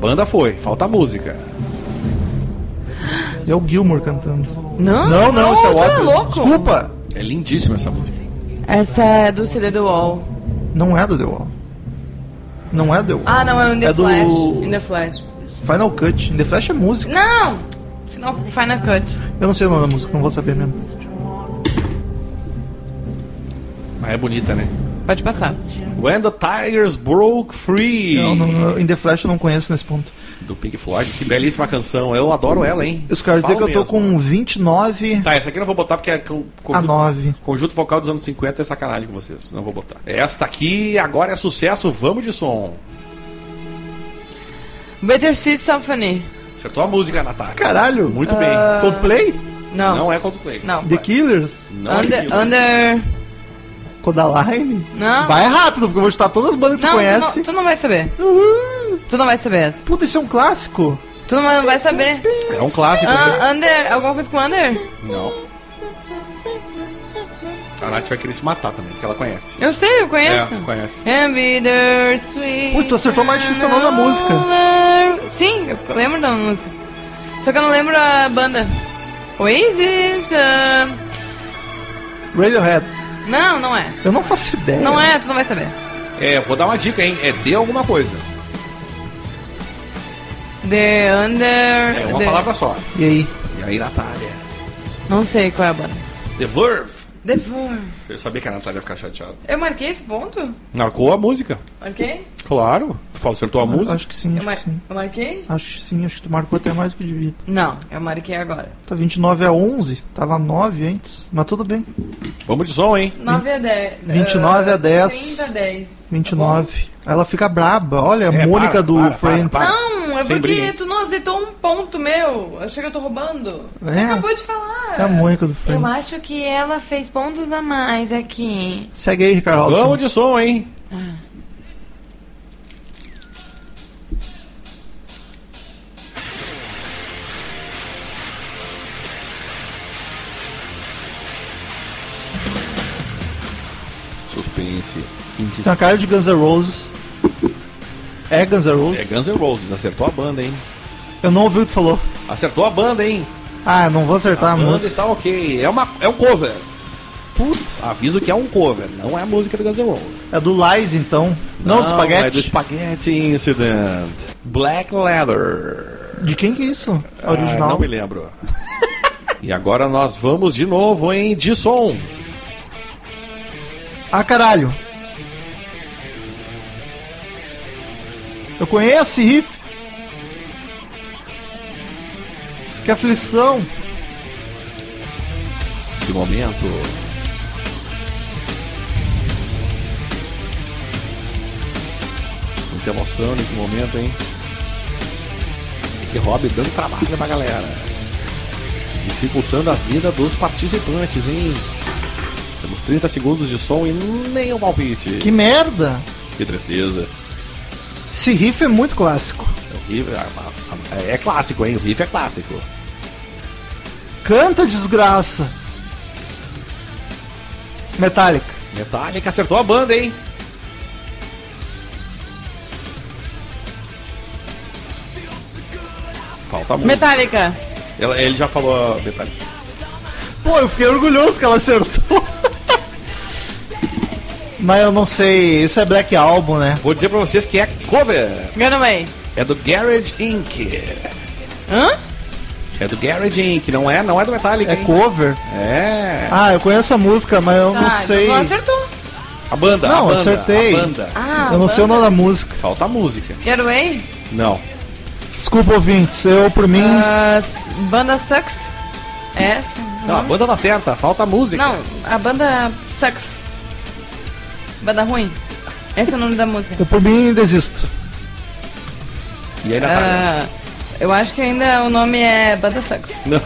Speaker 2: Banda foi, falta música.
Speaker 1: É o Gilmore cantando.
Speaker 3: Não,
Speaker 1: Não, não, isso é
Speaker 3: tu é
Speaker 1: ótimo.
Speaker 3: louco.
Speaker 1: Desculpa.
Speaker 2: É lindíssima essa música.
Speaker 3: Essa é do CD do Wall.
Speaker 1: Não é do The Wall. Não é do The Wall.
Speaker 3: Ah, não, é o In The
Speaker 1: É do-
Speaker 3: Flash. In The Flash.
Speaker 1: Final Cut. In The Flash é música.
Speaker 3: Não! Final, Final Cut.
Speaker 1: Eu não sei o nome da música, não vou saber mesmo.
Speaker 2: Mas é bonita, né?
Speaker 3: Pode passar.
Speaker 2: When the Tigers Broke Free.
Speaker 1: Não, não, não, In The Flash eu não conheço nesse ponto.
Speaker 2: Do Pink Floyd. Que belíssima canção. Eu adoro ela, hein?
Speaker 1: Os caras dizem que
Speaker 2: Falo
Speaker 1: eu tô
Speaker 2: mesmo. né?
Speaker 1: com 29
Speaker 2: Tá, essa aqui eu não vou botar porque é con-
Speaker 1: a
Speaker 2: conjunto,
Speaker 1: 9.
Speaker 2: conjunto vocal dos anos 50 é sacanagem com vocês. Não vou botar. Esta aqui agora é sucesso, vamos de som.
Speaker 3: Better Sweet Symphony.
Speaker 2: Acertou a música, Natália.
Speaker 1: Caralho.
Speaker 2: Muito bem.
Speaker 1: Coldplay?
Speaker 3: Ah, Não.
Speaker 2: Não é Coldplay.
Speaker 3: Não.
Speaker 1: The Killers?
Speaker 2: Não é
Speaker 3: Under,
Speaker 2: aquilo.
Speaker 3: under...
Speaker 1: Codaline?
Speaker 3: Não.
Speaker 1: Vai rápido, porque eu vou chutar todas as bandas que
Speaker 3: Não,
Speaker 1: tu
Speaker 3: tu
Speaker 1: conhece.
Speaker 3: não, tu não vai saber. Tu não vai saber essa.
Speaker 1: Puta, isso é um clássico?
Speaker 3: Tu não vai saber.
Speaker 2: É um clássico. né?
Speaker 3: Ah, under, alguma coisa com under?
Speaker 2: Não. A Nath vai querer se matar também, porque ela conhece.
Speaker 3: Eu sei, eu conheço.
Speaker 2: É, tu conhece.
Speaker 3: And bittersweet.
Speaker 1: Pô, tu acertou mais difícil que o nome da música.
Speaker 3: Sim, eu lembro da música. Só que eu não lembro a banda. Oasis. ah,
Speaker 1: Radiohead.
Speaker 3: Não, não é.
Speaker 1: Eu não faço ideia.
Speaker 3: Não é, tu não vai saber.
Speaker 2: É, vou dar uma dica, hein? É de alguma coisa.
Speaker 3: The Under.
Speaker 2: É uma
Speaker 3: the-
Speaker 2: palavra só.
Speaker 1: E aí?
Speaker 2: E aí, Natália?
Speaker 3: Não sei qual é a banda.
Speaker 2: The Verve.
Speaker 3: The Four.
Speaker 2: Eu sabia que a Natália ia ficar chateada.
Speaker 3: Eu marquei esse ponto?
Speaker 2: Marcou a música.
Speaker 3: Marquei?
Speaker 2: Claro. Tu falou, acertou
Speaker 3: Ah,
Speaker 2: a música.
Speaker 1: Acho que sim,
Speaker 3: Eu,
Speaker 1: acho
Speaker 3: mar...
Speaker 1: que sim.
Speaker 3: eu marquei?
Speaker 1: Acho que sim, acho que tu marcou até mais do que devia.
Speaker 3: Não, eu marquei agora.
Speaker 1: Tá 29 a 11, tava 9 antes, mas tudo
Speaker 2: Tá
Speaker 1: bem.
Speaker 2: Vamos de som, hein?
Speaker 3: 9 a 10.
Speaker 1: 29 a 10.
Speaker 3: 30 a 10.
Speaker 1: 29. Ela fica braba, olha, a
Speaker 2: É,
Speaker 1: Mônica
Speaker 2: para,
Speaker 1: do
Speaker 2: para, para,
Speaker 1: Friends.
Speaker 2: para.
Speaker 3: Não, é
Speaker 2: Sem
Speaker 3: porque
Speaker 2: briga, hein?
Speaker 3: tu não aceitou um ponto meu. Achei que eu tô roubando. Você
Speaker 1: É.
Speaker 3: acabou de falar.
Speaker 1: É a Mônica do Friends.
Speaker 3: eu acho que ela fez pontos a mais aqui.
Speaker 1: Segue aí, Ricardo.
Speaker 2: Vamos
Speaker 1: Alves.
Speaker 2: de som, hein? Suspense.
Speaker 1: Tem a cara de Guns N' Roses. É Guns N'
Speaker 2: É
Speaker 1: Roses?
Speaker 2: Guns N' Roses, acertou a banda, hein?
Speaker 1: Eu não ouvi o que tu falou.
Speaker 2: Acertou a banda, hein?
Speaker 1: Ah, não vou acertar a
Speaker 2: banda
Speaker 1: música.
Speaker 2: está ok. É, uma, é um cover.
Speaker 1: Puta.
Speaker 2: Aviso que é um cover, não é a música do Guns N' Roses.
Speaker 1: É do Lies, então. Não, do
Speaker 2: É do
Speaker 1: Spaghetti.
Speaker 2: Spaghetti Incident. Black Leather.
Speaker 1: De quem que é isso? A
Speaker 2: Ah,
Speaker 1: original.
Speaker 2: não me lembro. e agora nós vamos de novo, hein? De som.
Speaker 1: Ah, caralho. Eu conheço esse riff. Que aflição.
Speaker 2: Que momento. Muita emoção nesse momento, hein? E Rob dando trabalho pra galera. Dificultando a vida dos participantes, hein? Temos 30 segundos de som e nenhum palpite.
Speaker 1: Que merda.
Speaker 2: que tristeza.
Speaker 1: Esse riff é muito clássico.
Speaker 2: É horrível. É, é- é clássico, hein? O riff é clássico.
Speaker 1: Canta desgraça. Metallica.
Speaker 2: Metallica acertou a banda, hein? Falta muito.
Speaker 3: Metallica.
Speaker 2: Ela- ele já falou a Metallica.
Speaker 1: Pô, eu fiquei orgulhoso que ela acertou. Mas eu não sei, isso é Black Album, né?
Speaker 2: Vou dizer pra vocês que é cover.
Speaker 3: Gunaway.
Speaker 2: É do Garage Inc.
Speaker 3: Hã?
Speaker 2: É do Garage Inc. Não é, não é do Metallica.
Speaker 1: É
Speaker 2: hein?
Speaker 1: cover?
Speaker 2: É.
Speaker 1: Ah, eu conheço a música, mas eu não
Speaker 3: Ah,
Speaker 1: sei.
Speaker 3: então tu acertou.
Speaker 2: A banda.
Speaker 1: Não,
Speaker 2: a banda,
Speaker 1: acertei.
Speaker 2: A banda.
Speaker 3: Ah,
Speaker 1: Eu não sei o nome da música.
Speaker 2: Falta a música.
Speaker 3: Getaway.
Speaker 2: Não.
Speaker 1: Desculpa, ouvintes, eu por mim.
Speaker 3: Ah, s- banda Sucks. É Essa?
Speaker 2: Não, a banda tá certa. Falta a música.
Speaker 3: Não, a banda Sucks. Banda ruim. Esse é o nome da música.
Speaker 2: tá
Speaker 1: Eu por mim desisto.
Speaker 2: E aí, Natália?
Speaker 3: Ah, eu acho que ainda o nome é Banda Sucks.
Speaker 2: Não.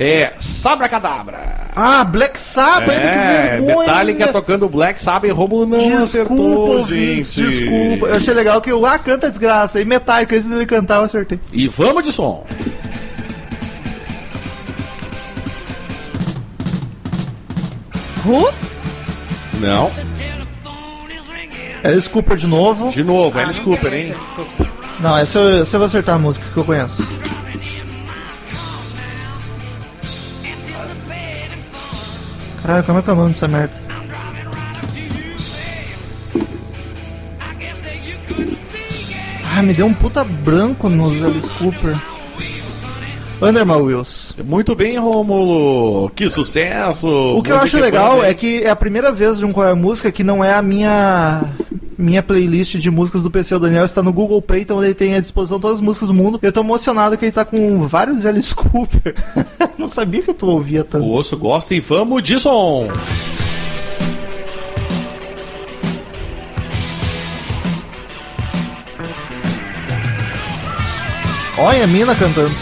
Speaker 2: É Sabra Cadabra.
Speaker 1: Ah, Black Sabbath, ainda que
Speaker 2: É,
Speaker 1: vergonha. né?
Speaker 2: Metallica tocando Black Sabbath, Romulo não
Speaker 1: Desculpa,
Speaker 2: acertou,
Speaker 1: ouvintes,
Speaker 2: gente.
Speaker 1: desculpa. Eu achei legal que o Ah canta desgraça. E Metallica, antes dele cantar, eu acertei.
Speaker 2: E vamos de som.
Speaker 3: Who?
Speaker 2: Não,
Speaker 1: Alice Cooper É, de novo.
Speaker 2: de novo, é Alice Cooper, hein?
Speaker 1: Não, essa eu, essa eu vou acertar a música que eu conheço. Caralho, como é que é o nome dessa merda? Ah, me deu um puta branco nos Alice Cooper. Underman Wills.
Speaker 2: Muito bem, Rômulo. Que sucesso.
Speaker 1: O que eu acho legal é que é a primeira vez de um Qual é a Música que não é a minha minha playlist de músicas do PC. O Daniel está no Google Play, então ele tem à disposição todas as músicas do mundo. Eu tô emocionado que ele tá com vários Alice Cooper. <laughs> não sabia que tu ouvia
Speaker 2: O
Speaker 1: tanto.
Speaker 2: osso gosta e vamos de som.
Speaker 1: Olha a mina cantando.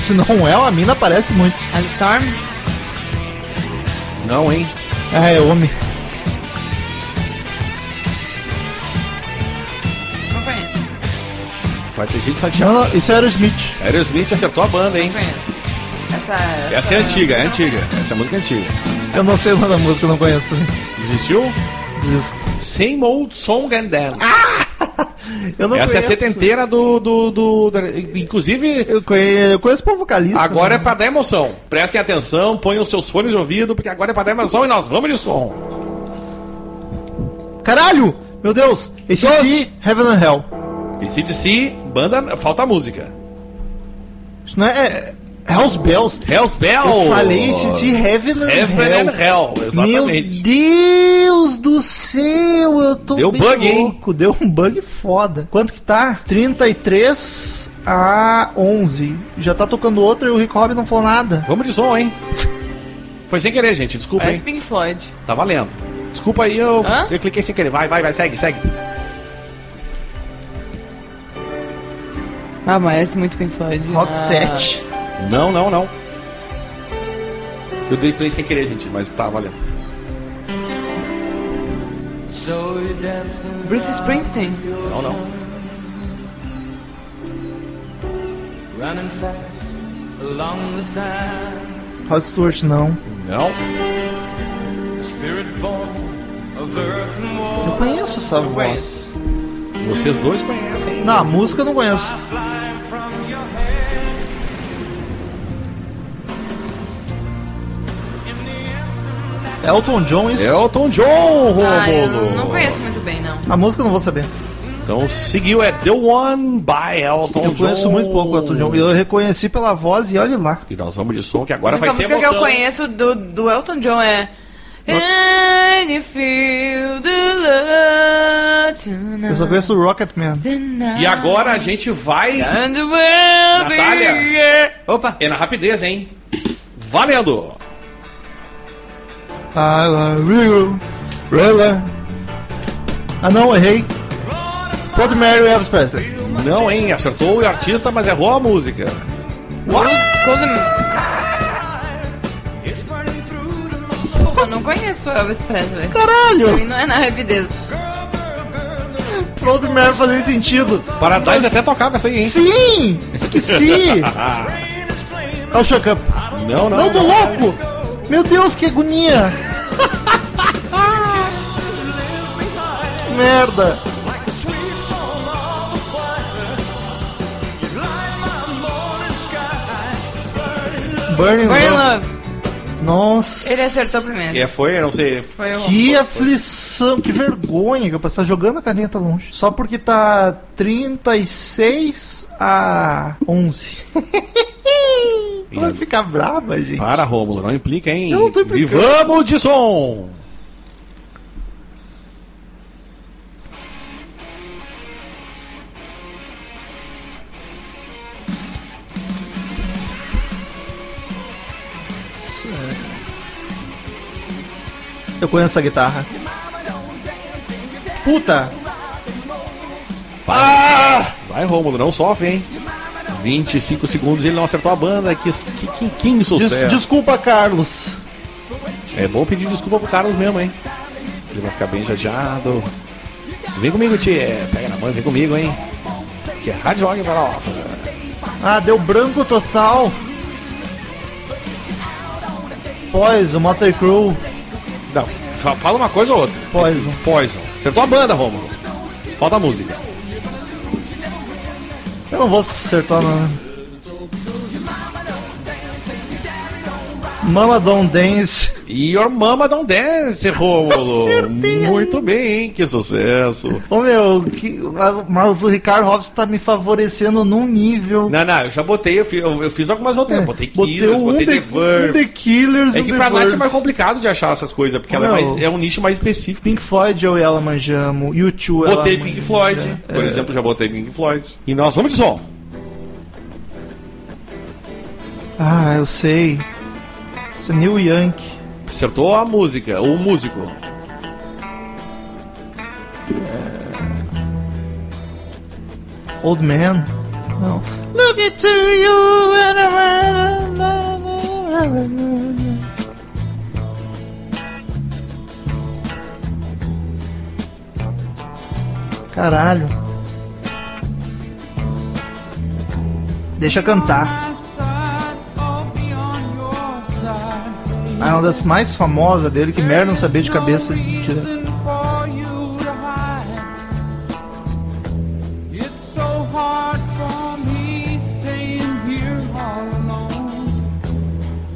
Speaker 1: Se não é, a mina parece muito.
Speaker 3: Alice Storm?
Speaker 2: Não, hein?
Speaker 1: Ah, é homem.
Speaker 3: Não conheço.
Speaker 2: Vai ter gente
Speaker 1: Não,
Speaker 2: chateada.
Speaker 1: não, isso é era o Smith.
Speaker 2: Aerosmith acertou a banda, hein?
Speaker 3: Não conheço. Essa,
Speaker 2: Essa é antiga, é antiga. Essa é a música antiga.
Speaker 1: Eu não sei o nome da música, eu não conheço também.
Speaker 2: Existiu?
Speaker 1: Desisto.
Speaker 2: Same Old Song and Dance.
Speaker 1: Eu Ah, não
Speaker 2: Essa é a
Speaker 1: conheço.
Speaker 2: setenteira do... do, do, da- Inclusive...
Speaker 1: Eu conheço, eu conheço por vocalista.
Speaker 2: Agora é
Speaker 1: né?
Speaker 2: pra dar emoção. Prestem atenção, ponham seus fones de ouvido, porque agora é pra dar emoção e nós vamos de som.
Speaker 1: Caralho! Meu Deus! Esse aqui, Heaven and Hell.
Speaker 2: ACDC, banda. Falta a música.
Speaker 1: Isso não é. é Hell's Bells.
Speaker 2: Hell's Bell!
Speaker 1: Eu falei esse de Heaven and
Speaker 2: Heaven and Hell,
Speaker 1: Meu
Speaker 2: exatamente.
Speaker 1: Deus do céu, eu tô
Speaker 2: Deu
Speaker 1: bem
Speaker 2: bug, hein?
Speaker 1: louco. Deu um bug foda. Quanto que tá? 33 a 11. Já tá tocando outra e o Rick Robbie não falou nada.
Speaker 2: Vamos de som, hein? Foi sem querer, gente. Desculpa,
Speaker 3: Parece
Speaker 2: hein?
Speaker 3: é Pink Floyd.
Speaker 2: Tá valendo. Desculpa aí, eu,
Speaker 3: Hã?
Speaker 2: eu cliquei sem querer. Vai, vai, vai, segue, segue.
Speaker 3: Ah, parece muito Pink Floyd.
Speaker 1: Rock
Speaker 3: Ah,
Speaker 1: 7.
Speaker 2: Não, não, não. Eu dei play sem querer, gente, mas tá valendo.
Speaker 3: Bruce Springsteen.
Speaker 2: Não, não.
Speaker 6: Running fast along the sand,
Speaker 1: Rod Stewart, não.
Speaker 2: Não.
Speaker 6: the spirit born of earth and
Speaker 1: Eu
Speaker 6: water,
Speaker 1: conheço essa voz.
Speaker 2: Vocês dois conhecem.
Speaker 1: Não, a música eu não conheço.
Speaker 6: flying from your head.
Speaker 1: Elton John, isso.
Speaker 2: Elton John, Romulo.
Speaker 3: Ah, eu não, não conheço muito bem, não.
Speaker 1: A música eu não vou saber.
Speaker 2: Então seguiu, é The One by Elton
Speaker 1: Eu
Speaker 2: John.
Speaker 1: conheço muito pouco o Elton John. Eu reconheci pela voz e olhe lá.
Speaker 2: E nós vamos de som, que agora
Speaker 3: A
Speaker 2: vai
Speaker 3: única
Speaker 2: ser
Speaker 3: música que eu
Speaker 2: emoção.
Speaker 3: conheço do, do Elton John é. And you feel the love tonight.
Speaker 1: Eu só conheço o Rocketman.
Speaker 2: E agora a gente vai...
Speaker 1: É.
Speaker 3: And the world
Speaker 2: Natália?
Speaker 3: be- Opa!
Speaker 2: É na rapidez, hein? Valendo!
Speaker 1: Ah, Real. Rela. Ah, não, errei. Pode Mary Elvis Presley.
Speaker 2: Não, hein? Acertou o artista, mas errou a música.
Speaker 3: Cold- Desculpa, eu não conheço o Elvis Presley. Pra mim
Speaker 1: Caralho!
Speaker 3: não é na rapidez.
Speaker 1: Pode Mary fazer sentido.
Speaker 2: Paradise até tocava essa aí, hein?
Speaker 1: Sim! Esqueci! Olha o Shut Up.
Speaker 2: Não, não.
Speaker 1: Não, tô louco! Meu Deus, que agonia! Que Merda! Burning
Speaker 3: Burn
Speaker 1: Love.
Speaker 3: Love.
Speaker 1: Nossa!
Speaker 3: Ele acertou primeiro.
Speaker 2: É, foi, não sei.
Speaker 3: Foi o
Speaker 1: Que aflição, que vergonha que eu passar jogando a caneta longe. Só porque tá 36 a 11. <laughs> Vai ficar brava, gente.
Speaker 2: Para, Rômulo, não implica, hein?
Speaker 1: Eu não tô implicando.
Speaker 2: E vamos de som!
Speaker 1: Eu conheço essa guitarra. Puta!
Speaker 2: Para! Vai, Rômulo, não sofre, hein? 25 segundos e ele não acertou a banda. Que, que, que, que insucesso.
Speaker 1: Des- desculpa, Carlos.
Speaker 2: É bom pedir desculpa pro Carlos mesmo, hein? Ele vai ficar bem jadeado. Vem comigo, tia. Pega na mão, vem comigo, hein? Que é Rádio Rock Farofa.
Speaker 1: Ah, deu branco total. Poison, Motley Crew.
Speaker 2: Não, fa- fala uma coisa ou outra.
Speaker 1: Poison.
Speaker 2: Esse- Poison. Acertou a banda, Romulo. Falta a música.
Speaker 1: Eu não vou acertar não. Mama Don't Dance.
Speaker 2: E Your Mama Don't Dance, Romulo. Muito bem, hein? Que sucesso.
Speaker 1: Ô meu, que, mas o Ricardo Robson tá me favorecendo num nível.
Speaker 2: Não, não, eu já botei, eu fi- eu eu fiz, algumas outras. Botei Killers,
Speaker 1: um
Speaker 2: botei
Speaker 1: The,
Speaker 2: The Verve.
Speaker 1: um The Killers
Speaker 2: É
Speaker 1: um
Speaker 2: que
Speaker 1: The
Speaker 2: pra Nath
Speaker 1: Verve.
Speaker 2: é mais complicado de achar essas coisas, porque ela é,
Speaker 1: Não.
Speaker 2: mais- é um nicho mais específico.
Speaker 1: Pink Floyd eu e ela manjamo. U2 ela
Speaker 2: Botei
Speaker 1: manja.
Speaker 2: Pink Floyd,
Speaker 1: É.
Speaker 2: por exemplo, já botei Pink Floyd. E nós vamos de som.
Speaker 1: Ah, eu sei. Isso é New Yankee.
Speaker 2: Acertou a música, ou o músico.
Speaker 1: Old Man. Não. Look into you and I'm Caralho. Deixa cantar. Ah, é uma das mais famosas dele, que merda não saber de cabeça. Tira.
Speaker 6: It's so hard for me staying here all alone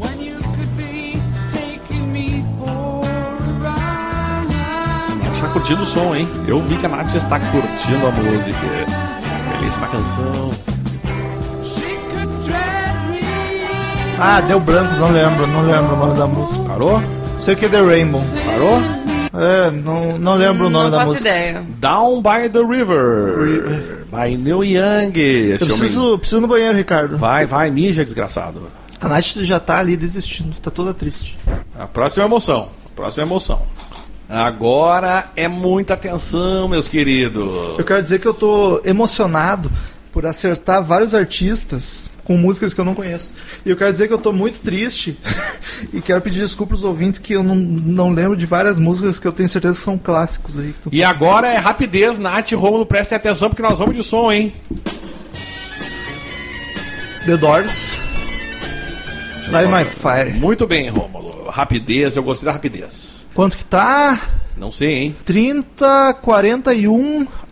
Speaker 6: when you could be taking me for a ride.
Speaker 2: A Nath tá curtindo o som, hein? Eu vi que a Nath está curtindo a música. Belíssima canção.
Speaker 6: She could dress me
Speaker 1: Ah, deu branco, não lembro, não lembro o nome da música.
Speaker 2: Parou?
Speaker 1: Sei que é The Rainbow.
Speaker 2: Parou?
Speaker 1: É, não, não lembro o nome
Speaker 3: Hum, Não
Speaker 1: da
Speaker 3: faço
Speaker 1: música.
Speaker 3: ideia.
Speaker 2: Down by the River. By Neil Young. Esse
Speaker 1: Eu
Speaker 2: homem-
Speaker 1: preciso, preciso ir no banheiro, Ricardo.
Speaker 2: Vai, vai, mija, desgraçado.
Speaker 1: A Nath já tá ali desistindo, tá toda triste.
Speaker 2: A próxima é emoção. A próxima emoção. Agora é muita atenção, meus queridos.
Speaker 1: Eu quero dizer que eu tô emocionado por acertar vários artistas com músicas que eu não conheço. E eu quero dizer que eu tô muito triste <laughs> e quero pedir desculpa aos ouvintes que eu não, não lembro de várias músicas que eu tenho certeza que são clássicos aí. Então,
Speaker 2: E agora é rapidez, Nath e Rômulo, prestem atenção porque nós vamos de som, hein?
Speaker 1: The Doors. Light My Fire.
Speaker 2: Muito bem, Rômulo. Rapidez, eu gostei da rapidez.
Speaker 1: Quanto que tá?
Speaker 2: Não sei, hein?
Speaker 1: 30, 41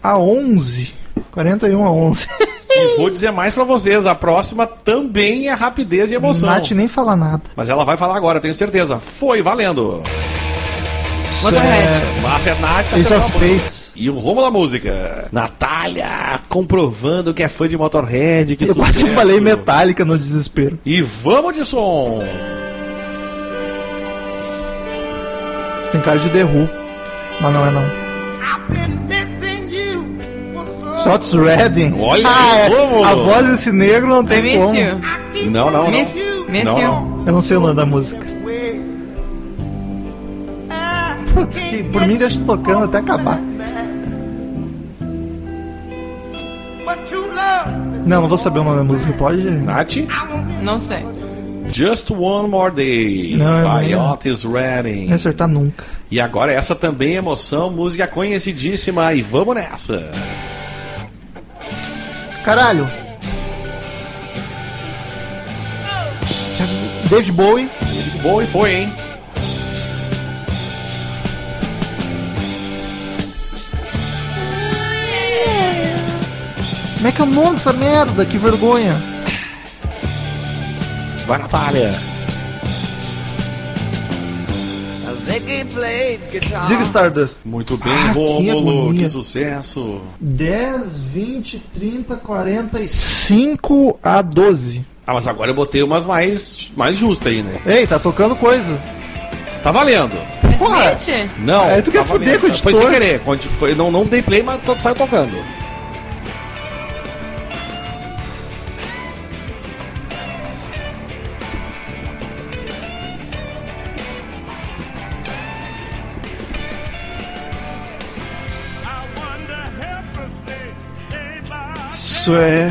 Speaker 1: a 11. 41 a 11.
Speaker 2: E vou dizer mais pra vocês, a próxima também é rapidez
Speaker 1: <laughs>
Speaker 2: e emoção.
Speaker 1: Nath nem fala nada.
Speaker 2: Mas ela vai falar agora, eu tenho certeza. Foi, valendo.
Speaker 1: é
Speaker 3: Motorhead.
Speaker 2: Márcia Nath
Speaker 1: Ace
Speaker 2: acertou
Speaker 1: of
Speaker 2: a bola.
Speaker 1: Spades.
Speaker 2: E o Rômulo da música. Natália, comprovando que é fã de Motorhead. Que
Speaker 1: Eu quase
Speaker 2: sucesso.
Speaker 1: falei metálica no desespero.
Speaker 2: E vamos de som.
Speaker 1: Você tem cara de The Who. Mas não é não. Shots Redding.
Speaker 2: Olha
Speaker 1: ah,
Speaker 2: aí,
Speaker 1: é.
Speaker 2: como?
Speaker 1: A voz desse negro não tem
Speaker 3: Miss
Speaker 1: como.
Speaker 3: You.
Speaker 2: Não, não, não.
Speaker 3: Miss, miss
Speaker 2: não,
Speaker 3: You.
Speaker 2: não.
Speaker 1: Eu não sei o nome da música. Putz, que por mim deixa tocando até acabar. Não, não vou saber o nome da música, pode?
Speaker 2: Nath?
Speaker 3: Não sei.
Speaker 2: Just One More Day,
Speaker 1: Não, não,
Speaker 2: by
Speaker 1: não.
Speaker 2: Otis Redding.
Speaker 1: Não ia acertar nunca.
Speaker 2: E agora essa também é emoção, música conhecidíssima e vamos nessa.
Speaker 1: Caralho! David Bowie.
Speaker 2: Bom e foi, hein?
Speaker 1: Como é que é o nome dessa merda? Que vergonha!
Speaker 2: Vai Natália.
Speaker 1: Zig Stardust.
Speaker 2: Muito bem,
Speaker 1: Ah, que
Speaker 2: Rômulo, que,
Speaker 1: agonia.
Speaker 2: sucesso.
Speaker 1: 10, 20, 30, 45 a 12.
Speaker 2: Ah, mas agora eu botei umas mais mais justas aí, né?
Speaker 1: Ei, tá tocando coisa.
Speaker 2: Tá valendo.
Speaker 1: Porra.
Speaker 3: Smith?
Speaker 2: Não.
Speaker 1: É, tu quer
Speaker 2: tá
Speaker 1: fuder
Speaker 2: valendo.
Speaker 1: com o
Speaker 2: Foi
Speaker 1: editor.
Speaker 2: sem querer. Quando Foi, não, não dei play, mas todo saiu tocando.
Speaker 1: Isso é.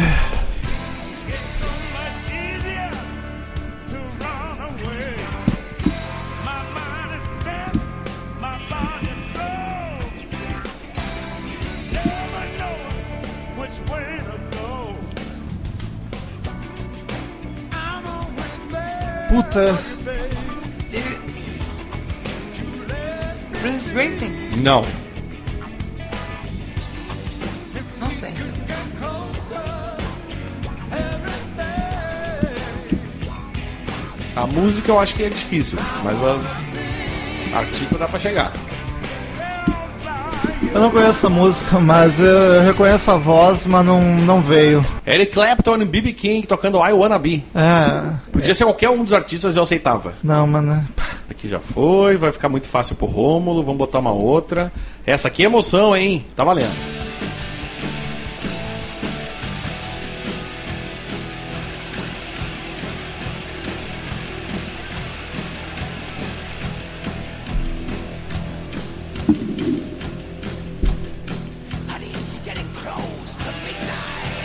Speaker 1: Puta.
Speaker 3: Steve... Bruce Springsteen?
Speaker 2: Não.
Speaker 3: Não sei.
Speaker 2: A música eu acho que é difícil, mas a a artista dá pra chegar.
Speaker 1: Eu não conheço essa música, mas eu reconheço a voz, mas não, não veio.
Speaker 2: Eric Clapton e B.B. King tocando I Wanna Be.
Speaker 1: É.
Speaker 2: Podia ser qualquer um dos artistas, eu aceitava.
Speaker 1: Não, mano.
Speaker 2: Aqui já foi, vai ficar muito fácil pro Rômulo, vamos botar uma outra. Essa aqui é emoção, hein? Tá valendo.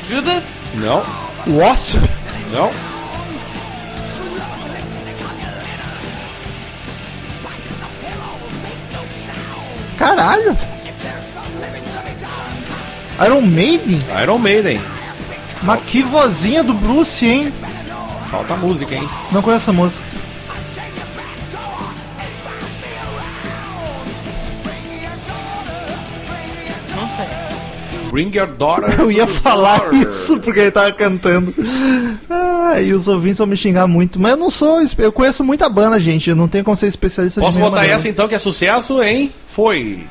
Speaker 3: Judas?
Speaker 2: Não,
Speaker 1: Wasp?
Speaker 2: não.
Speaker 1: Caralho! Iron Maiden?
Speaker 2: Iron Maiden.
Speaker 1: Mas que vozinha do Bruce, hein?
Speaker 2: Falta música, hein?
Speaker 1: Não conheço essa música.
Speaker 3: Não sei.
Speaker 2: Bring Your
Speaker 1: <laughs>
Speaker 2: Daughter.
Speaker 1: Eu ia
Speaker 2: to the
Speaker 1: falar
Speaker 2: Door.
Speaker 1: isso porque ele tava cantando. Ah, e os ouvintes vão me xingar muito. Mas eu não sou. espe- Eu conheço muita banda, gente. Eu não tenho como ser especialista
Speaker 2: Posso
Speaker 1: nenhuma
Speaker 2: botar
Speaker 1: delas.
Speaker 2: essa então que é sucesso, hein? Foi.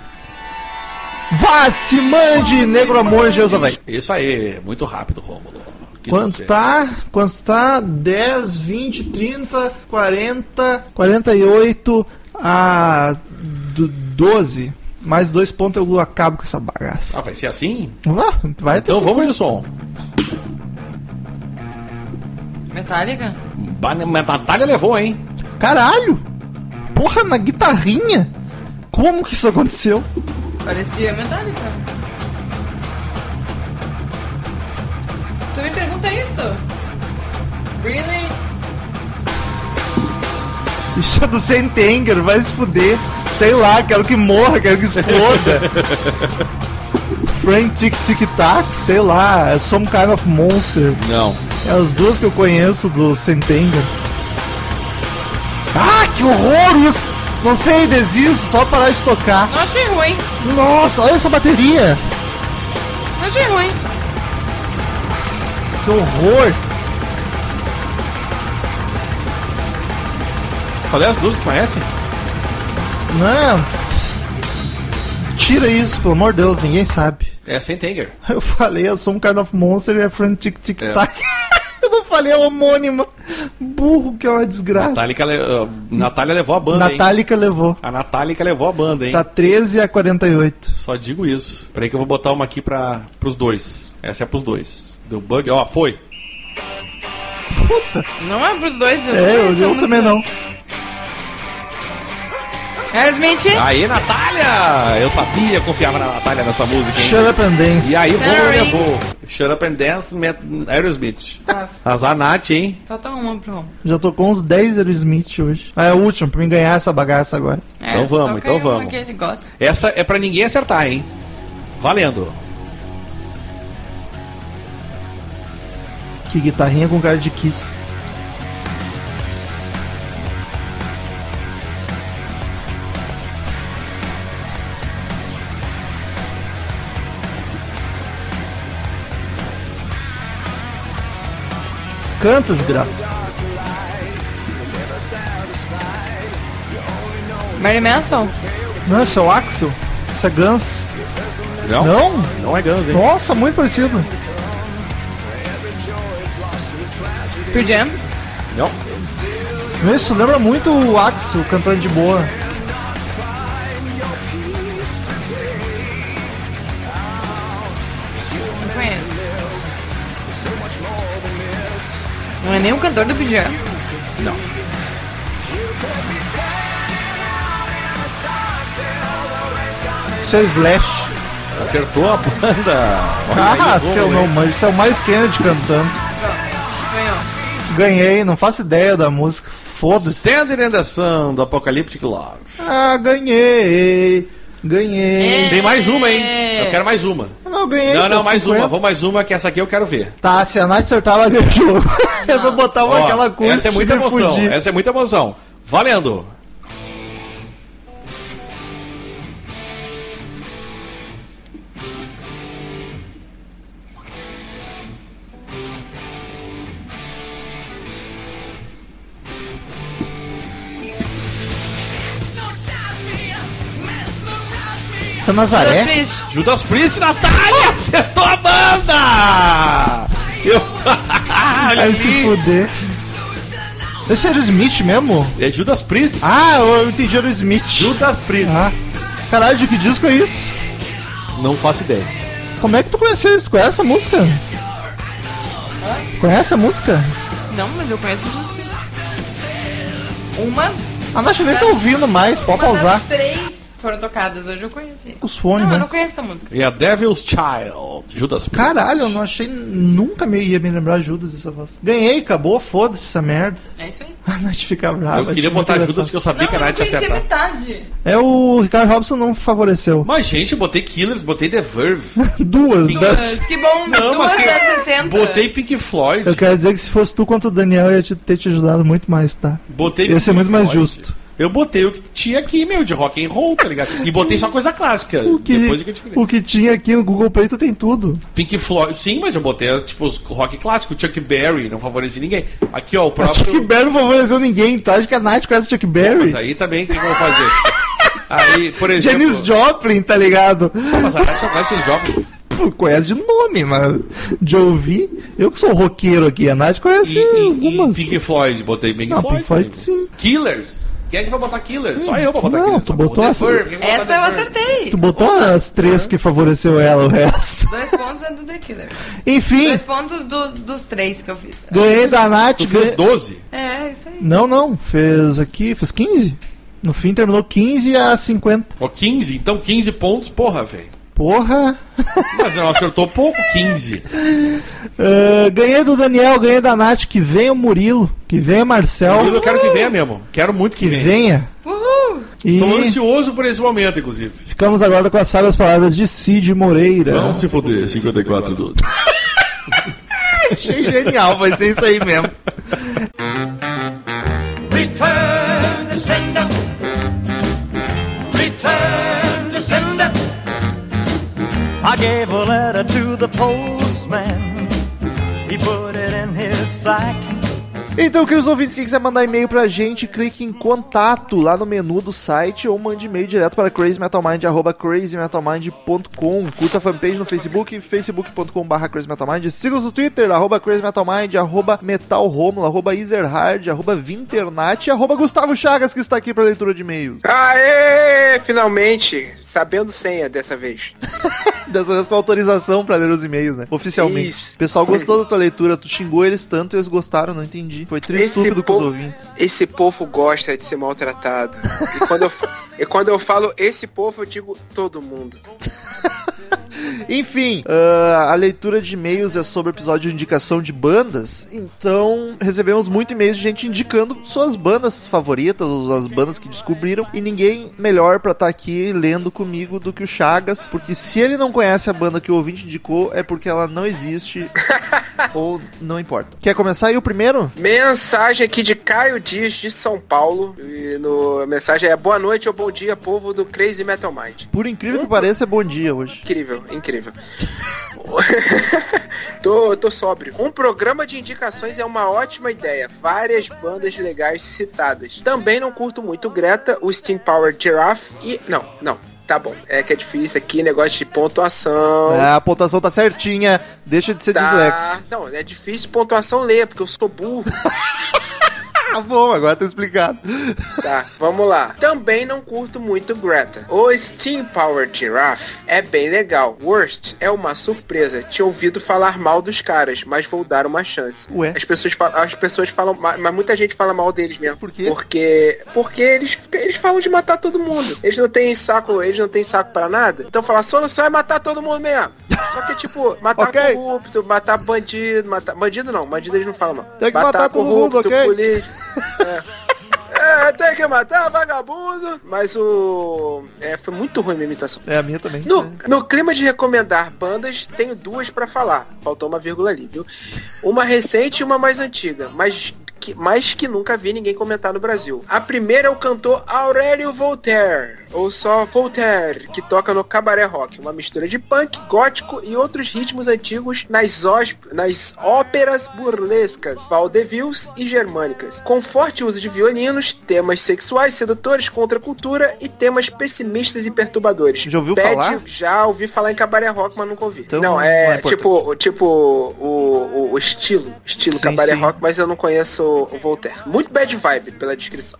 Speaker 1: Vá, se mande, negro amor, Jerusalém.
Speaker 2: Isso aí, muito rápido, Rômulo. Que
Speaker 1: Quanto
Speaker 2: sucesso.
Speaker 1: tá? Quanto tá? 10, 20, 30, 40, 48 a do- 12. Mais dois pontos eu acabo com essa
Speaker 2: Ah,
Speaker 1: bagaça.
Speaker 2: vai ser assim?
Speaker 1: Vá, vai ter
Speaker 2: Então vamos
Speaker 1: Tá cinquenta.
Speaker 2: de som.
Speaker 3: Metallica?
Speaker 2: Ba- Mas Natália levou, hein?
Speaker 1: Caralho! Porra, na guitarrinha! Como que isso aconteceu?
Speaker 3: Parecia Metallica. Tu me pergunta isso? Really?
Speaker 1: Isso é do Sentenger, vai se fuder. Sei lá, quero que morra, quero que exploda. Frank Tic Tic Tac, sei lá, é Some Kind of Monster.
Speaker 2: Não.
Speaker 1: É as duas que eu conheço do Sentenger. Ah, que horror! Isso. Não sei, desisto, só parar de tocar.
Speaker 3: Não achei ruim.
Speaker 1: Nossa, olha essa bateria!
Speaker 3: Não achei ruim.
Speaker 1: Que horror!
Speaker 2: Qual é as duas que conhece?
Speaker 1: Não! Tira isso, pelo amor de Deus, ninguém sabe.
Speaker 2: É Sentenger.
Speaker 1: Eu falei, eu sou um kind of monster e é Frank Tic Tic
Speaker 2: É.
Speaker 1: Tac. <laughs> eu não falei a homônima. Burro, que é uma desgraça.
Speaker 2: Natália, le- ah, Natália levou a banda, hein?
Speaker 1: Natálica levou.
Speaker 2: A Natália que levou a banda, hein?
Speaker 1: Tá 13 a 48.
Speaker 2: Só digo isso. Peraí que eu vou botar uma aqui pra, pros dois. Essa é pros dois. Deu bug. Ó, foi.
Speaker 3: Não é pros dois. Eu não
Speaker 1: É, eu,
Speaker 3: conheço a
Speaker 1: eu
Speaker 3: música.
Speaker 1: também não.
Speaker 3: Aerosmith?
Speaker 2: Aê, Natália! Eu sabia, confiava na Natália nessa música, hein?
Speaker 1: Shut up and dance.
Speaker 2: E aí, vou,
Speaker 3: Rings.
Speaker 2: levou. Shut up and dance, Met- Aerosmith.
Speaker 3: Tá,
Speaker 2: Azar Nath, hein?
Speaker 3: falta uma pro Romulo.
Speaker 1: Já tocou uns 10 Aerosmith hoje. Ah, é o último, pra mim ganhar essa bagaça agora.
Speaker 3: É,
Speaker 2: Então vamos,
Speaker 3: toca
Speaker 2: então
Speaker 3: aí uma
Speaker 2: vamos.
Speaker 3: que ele gosta.
Speaker 2: Essa é pra ninguém acertar, hein? Valendo.
Speaker 1: Que guitarrinha com cara de Kiss. Canta, desgraça.
Speaker 3: Mary Manson?
Speaker 1: Não, isso é o Axel? Isso é Guns?
Speaker 2: Não? Não,
Speaker 1: Não?
Speaker 2: é Guns, hein?
Speaker 1: Nossa, muito parecido.
Speaker 3: Pearl Jam?
Speaker 2: Não.
Speaker 1: Meu, Isso lembra muito o Axel cantando de boa.
Speaker 3: Não conheço. Não é nem o cantor do Pearl Jam.
Speaker 1: Isso é Slash.
Speaker 2: Acertou a banda. Olha
Speaker 1: Ah,
Speaker 2: aí,
Speaker 1: seu
Speaker 2: vamos,
Speaker 1: não,
Speaker 2: hein?
Speaker 1: mas isso é o mais Kennedy cantando.
Speaker 3: Ganhou.
Speaker 1: Ganhei, não faço ideia da música. Foda-se.
Speaker 2: Standing in the Sun, do Apocalyptic Love.
Speaker 1: Ah, ganhei. Ganhei.
Speaker 2: Tem mais uma, hein? Eu quero mais uma.
Speaker 1: Não, eu ganhei.
Speaker 2: Não,
Speaker 1: tá
Speaker 2: não, mais
Speaker 1: 50.
Speaker 2: uma. Vamos mais uma, que essa aqui eu quero ver.
Speaker 1: Tá, se a Nath acertar, ela ganha o jogo. <laughs> eu vou botar uma,
Speaker 2: Ó,
Speaker 1: aquela coisa.
Speaker 2: essa é muita emoção. Essa é muita emoção. Valendo!
Speaker 1: Essa é
Speaker 2: Ah,
Speaker 1: Nazaré.
Speaker 3: Dois
Speaker 2: Judas Priest, Natália! Acertou a banda! Eu... Olha
Speaker 1: <laughs> Vai se
Speaker 2: aí!
Speaker 1: fuder. Esse era o Smith mesmo?
Speaker 2: É Judas Priest?
Speaker 1: Ah, eu entendi, era o Smith.
Speaker 2: Judas Priest.
Speaker 1: Ah. Caralho, de que disco é isso?
Speaker 2: Não faço ideia.
Speaker 1: Como é que tu conheceu isso? Conhece a música? Conhece a música?
Speaker 3: Não, mas eu conheço gente. Uma,
Speaker 1: A Nath nem tá ouvindo mais, pode
Speaker 3: uma
Speaker 1: pausar.
Speaker 3: das três foram tocadas hoje, eu conheci.
Speaker 1: Os fones,
Speaker 3: é- Não,
Speaker 1: né?
Speaker 3: eu não conheço essa música.
Speaker 2: E É a Devil's Child, Judas Priest.
Speaker 1: Caralho, eu não achei. Nunca me ia me lembrar Judas essa voz. Ganhei, acabou, foda-se essa merda. <laughs>
Speaker 3: É isso aí.
Speaker 1: A Nath fica brava.
Speaker 2: Eu queria
Speaker 1: acho muito
Speaker 2: botar Judas
Speaker 1: engraçado.
Speaker 2: que eu sabia que a
Speaker 3: eu
Speaker 2: Nath ia
Speaker 3: conheci
Speaker 2: acertar.
Speaker 3: metade.
Speaker 1: É o Ricardo Robson não
Speaker 3: <laughs>
Speaker 1: favoreceu.
Speaker 2: Mas, gente, eu botei Killers, botei The Verve.
Speaker 1: Duas das.
Speaker 3: Duas, que bom,
Speaker 2: Não, é
Speaker 3: duas
Speaker 2: mas
Speaker 3: é
Speaker 2: que...
Speaker 3: das 60.
Speaker 2: Botei Pink Floyd.
Speaker 1: Eu quero dizer que se fosse tu contra o Daniel, eu ia te- ter te ajudado muito mais, tá?
Speaker 2: Botei
Speaker 1: Ia ser
Speaker 2: Pink
Speaker 1: muito mais
Speaker 2: Floyd.
Speaker 1: justo.
Speaker 2: Eu botei o que tinha aqui, meu, de rock and roll, tá ligado? E botei só coisa clássica.
Speaker 1: O que,
Speaker 2: Depois é que eu te falei.
Speaker 1: o que tinha aqui no Google Play, tu tem tudo.
Speaker 2: Pink Floyd, sim, mas eu botei tipo os rock clássico, Chuck Berry, não favoreci ninguém. Aqui, ó, o próprio.
Speaker 1: Chuck Berry não favoreceu ninguém, tá? Acho que a Nath conhece Chuck Berry.
Speaker 2: Mas aí também, o que que eu vou fazer? Aí, por <laughs> exemplo.
Speaker 1: Janis Joplin, tá ligado?
Speaker 2: Mas a Nath só conhece Janis Joplin.
Speaker 1: Pô, conhece de nome, mas de ouvir. Eu que sou roqueiro aqui, a Nath conhece
Speaker 2: E, e, e
Speaker 1: algumas.
Speaker 2: Pink Floyd, botei Pink
Speaker 1: Não,
Speaker 2: Floyd.
Speaker 1: Pink Floyd,
Speaker 2: amigo.
Speaker 1: sim. Hum,
Speaker 2: Killers. Quem é que vai botar Killers? Só eu vou botar
Speaker 1: Não,
Speaker 2: Killers.
Speaker 1: tu
Speaker 2: Só vou
Speaker 1: botou
Speaker 2: The
Speaker 1: essa-
Speaker 2: Verve, quem vai
Speaker 3: Essa
Speaker 2: botar
Speaker 3: eu
Speaker 2: The Verve?
Speaker 3: acertei.
Speaker 1: Tu botou as três que favoreceu ela, o resto. <laughs>
Speaker 3: Dois pontos é do The Killer.
Speaker 1: Enfim,
Speaker 3: Dois pontos do- dos três que eu fiz.
Speaker 1: ganhei da Nath.
Speaker 2: Tu fez
Speaker 1: ganhei-
Speaker 2: 12.
Speaker 3: É, isso aí.
Speaker 1: Não, não. Fez aqui, fez 15. No fim terminou 15 a 50.
Speaker 2: Ó, 15, então 15 pontos, porra, velho.
Speaker 1: Porra.
Speaker 2: Mas não acertou pouco, 15.
Speaker 1: Ah, ganhei do Daniel, ganhei da Nath. Que venha o Murilo. Que venha o Marcel.
Speaker 2: Murilo, eu quero que venha mesmo. Quero muito que,
Speaker 1: Que
Speaker 2: venha.
Speaker 1: venha.
Speaker 3: Uhul!
Speaker 1: E
Speaker 2: Estou ansioso por esse momento, inclusive.
Speaker 1: ficamos agora com as sábias palavras de Cid Moreira.
Speaker 2: se foder, 54 do.
Speaker 1: Achei genial, vai ser isso aí mesmo.
Speaker 4: Return to sender. Return to sender.
Speaker 7: I gave a letter to the postman. He put it in his sack.
Speaker 1: Então, queridos ouvintes, quem quiser mandar e-mail pra gente, clique em contato lá no menu do site ou mande e-mail direto para crazymetalmind, arroba crazymetalmind.com. Curta a fanpage no Facebook, facebook.com barra crazymetalmind. Siga-nos no Twitter, arroba crazymetalmind, arroba metalromulo, arroba ezerhard, arroba vinternat e arroba Gustavo Chagas, que está aqui para leitura de e-mail.
Speaker 8: Aê! Finalmente! Sabendo senha dessa vez.
Speaker 1: Dessa vez com autorização pra ler os e-mails, né? Oficialmente.
Speaker 8: Isso.
Speaker 1: O pessoal gostou da tua leitura, tu xingou eles tanto e eles gostaram, não entendi. Foi triste
Speaker 8: Esse
Speaker 1: estúpido com os
Speaker 8: povo-
Speaker 1: ouvintes.
Speaker 8: Esse povo gosta de ser maltratado. E quando eu,
Speaker 1: <laughs>
Speaker 8: e quando eu falo esse povo, eu digo todo mundo.
Speaker 1: Enfim, ah, a leitura de e-mails é sobre o episódio de indicação de bandas. Então, recebemos muito e-mails de gente indicando suas bandas favoritas, ou as bandas que descobriram. E ninguém melhor pra estar aqui lendo comigo do que o Chagas, porque se ele não conhece a banda que o ouvinte indicou, é porque ela não existe ou não importa. Quer começar aí o primeiro?
Speaker 8: Mensagem aqui de Caio Dias de São Paulo. E no, a mensagem é boa noite ou bom dia, povo do Crazy Metal Mind.
Speaker 1: Por incrível que pareça, é bom dia hoje.
Speaker 8: Incrível, incrível. <laughs> tô, tô sóbrio. Um programa de indicações é uma ótima ideia. Várias bandas legais citadas. Também não curto muito Greta, o Steam Power Giraffe e. Não, não. Tá bom. É que é difícil aqui, negócio de pontuação.
Speaker 1: É, a pontuação tá certinha, deixa de ser
Speaker 8: Tá.
Speaker 1: dislexo.
Speaker 8: Não, é difícil pontuação ler, porque eu sou burro.
Speaker 1: Tá bom, agora tá explicado.
Speaker 8: Tá, vamos lá. Também não curto muito Greta. O Steam Power Giraffe é bem legal. Worst é uma surpresa. Tinha ouvido falar mal dos caras, mas vou dar uma chance.
Speaker 1: Ué?
Speaker 8: As pessoas, fa- as pessoas falam, ma- mas muita gente fala mal deles mesmo.
Speaker 1: Por quê?
Speaker 8: Porque porque eles eles falam de matar todo mundo. Eles não têm saco, eles não têm saco para nada. Então falar solução é matar todo mundo mesmo. Só que tipo, matar
Speaker 1: <laughs> Ok.
Speaker 8: corrupto, matar bandido, matar bandido não, bandido eles não falam mal.
Speaker 1: Tem que matar todo mundo, ok?
Speaker 8: político. É. É, tem que matar vagabundo. Mas o. É, foi muito ruim a minha imitação.
Speaker 1: É a minha também.
Speaker 8: No, no clima de recomendar bandas, tenho duas pra falar. Faltou uma vírgula ali, viu? Uma recente e uma mais antiga, mas que, mais que nunca vi ninguém comentar no Brasil. A primeira é o cantor Aurélio Voltaire, ou só Voltaire, que toca no Cabaré Rock, uma mistura de punk, gótico e outros ritmos antigos nas, os- nas óperas burlescas, valdevilles e germânicas, com forte uso de violinos, temas sexuais, sedutores contra a cultura e temas pessimistas e perturbadores.
Speaker 1: Já ouviu
Speaker 8: Pede-
Speaker 1: falar?
Speaker 8: Já ouvi falar em Cabaré Rock, mas nunca ouvi.
Speaker 1: Então,
Speaker 8: não,
Speaker 1: não é
Speaker 8: é,
Speaker 1: importante.
Speaker 8: tipo, o- tipo o, o, o estilo, estilo
Speaker 1: Sim,
Speaker 8: cabaré
Speaker 1: sim.
Speaker 8: rock, mas eu não conheço o Voltaire. Muito bad vibe
Speaker 1: <laughs>
Speaker 8: pela descrição.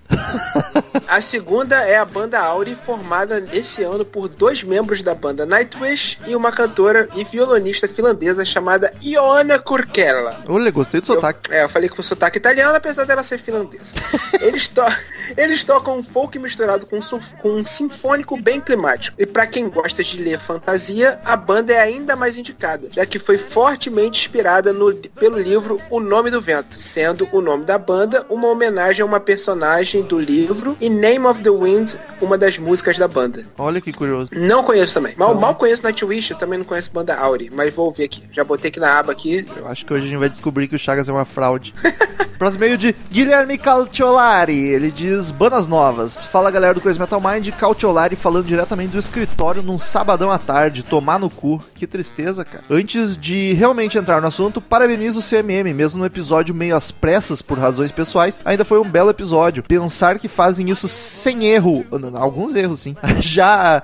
Speaker 8: a segunda é a banda Auri, formada esse ano por dois membros da banda Nightwish e uma cantora e violonista finlandesa chamada Iona Kurkela.
Speaker 1: Olha, gostei do sotaque.
Speaker 8: Eu, é, eu falei com sotaque italiano, apesar dela ser finlandesa. Eles, to <laughs> eles tocam um folk misturado com, sulf- com um sinfônico bem climático. E pra quem gosta de ler fantasia, a banda é ainda mais indicada, já que foi fortemente inspirada no- pelo livro O Nome do Vento, sendo o nome da banda uma homenagem a uma personagem do livro e Name of the Wind, uma das músicas da banda.
Speaker 1: Olha que curioso.
Speaker 8: Não conheço também. Mal, mal conheço Nightwish, eu também não conheço banda Auri, mas vou ouvir aqui. Já botei aqui na aba aqui,
Speaker 1: Eu acho que hoje a gente vai descobrir que o Chagas é uma fraude. <laughs> Próximo meio de Guilherme Calciolari. Ele diz: Banas novas. Fala galera do Crazy Metal Mind. Calciolari falando diretamente do escritório num sabadão à tarde. Tomar no cu. Que tristeza, cara. Antes de realmente entrar no assunto, parabenizo o CMM. Mesmo no episódio meio às pressas por razões pessoais, ainda foi um belo episódio. Pensar que fazem isso sem erro. Alguns erros, sim. <laughs> Já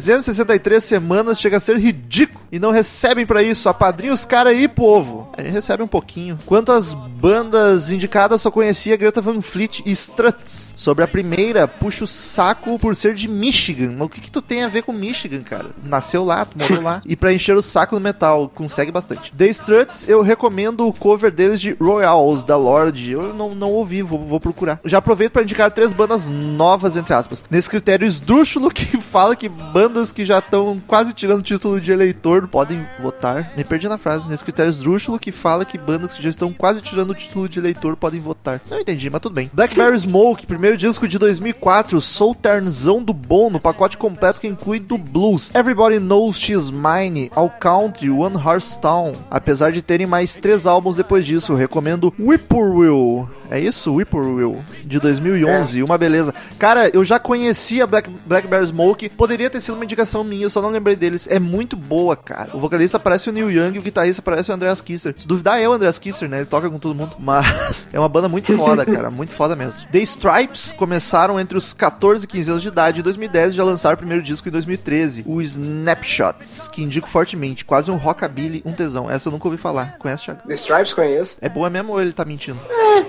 Speaker 1: 363 semanas chega a ser ridículo. E não recebem pra isso. Apadrinha os caras aí, povo. A gente recebe um pouquinho. Quanto às bandas indicadas, só conhecia Greta Van Fleet e Struts. Sobre a primeira, puxa o saco por ser de Michigan. Mas o que, que tu tem a ver com Michigan, cara? Nasceu lá, tu morou lá. E pra encher o saco no metal, consegue bastante. The Struts, eu recomendo o cover deles de Royals, da Lorde. Eu não, não ouvi, vou, vou procurar. Já aproveito pra indicar três bandas novas, entre aspas. Nesse critério esdrúxulo que <laughs> fala que bandas que já estão quase tirando título de eleitor podem votar. Me perdi na frase. Nesse critério esdrúxulo que fala que bandas que já estão quase tirando o título de eleitor podem votar. Não entendi, mas tudo bem. Blackberry Smoke, primeiro disco de 2004, Souternzão do Bom, no pacote completo que inclui do blues. Everybody Knows She's Mine, All Country, One Horse Town. Apesar de terem mais três álbuns depois disso, recomendo Whippoorwill. É isso? Whippoorwill, de 2011, uma beleza. Cara, eu já conhecia Black, Black Bear Smoke, poderia ter sido uma indicação minha, eu só não lembrei deles. É muito boa, cara. O vocalista parece o Neil Young, o guitarrista parece o Andreas Kisser. Se duvidar, é o Andreas Kisser, né? Ele toca com todo mundo. <laughs> Mas é uma banda muito foda, cara, muito foda mesmo. The Stripes começaram entre os 14 e 15 anos de idade em 2010 e já lançaram o primeiro disco em 2013, o Snapshots, que indico fortemente, quase um rockabilly, um tesão. Essa eu nunca ouvi falar. Conhece, Thiago?
Speaker 8: The Stripes conheço.
Speaker 1: É boa mesmo ou ele tá mentindo?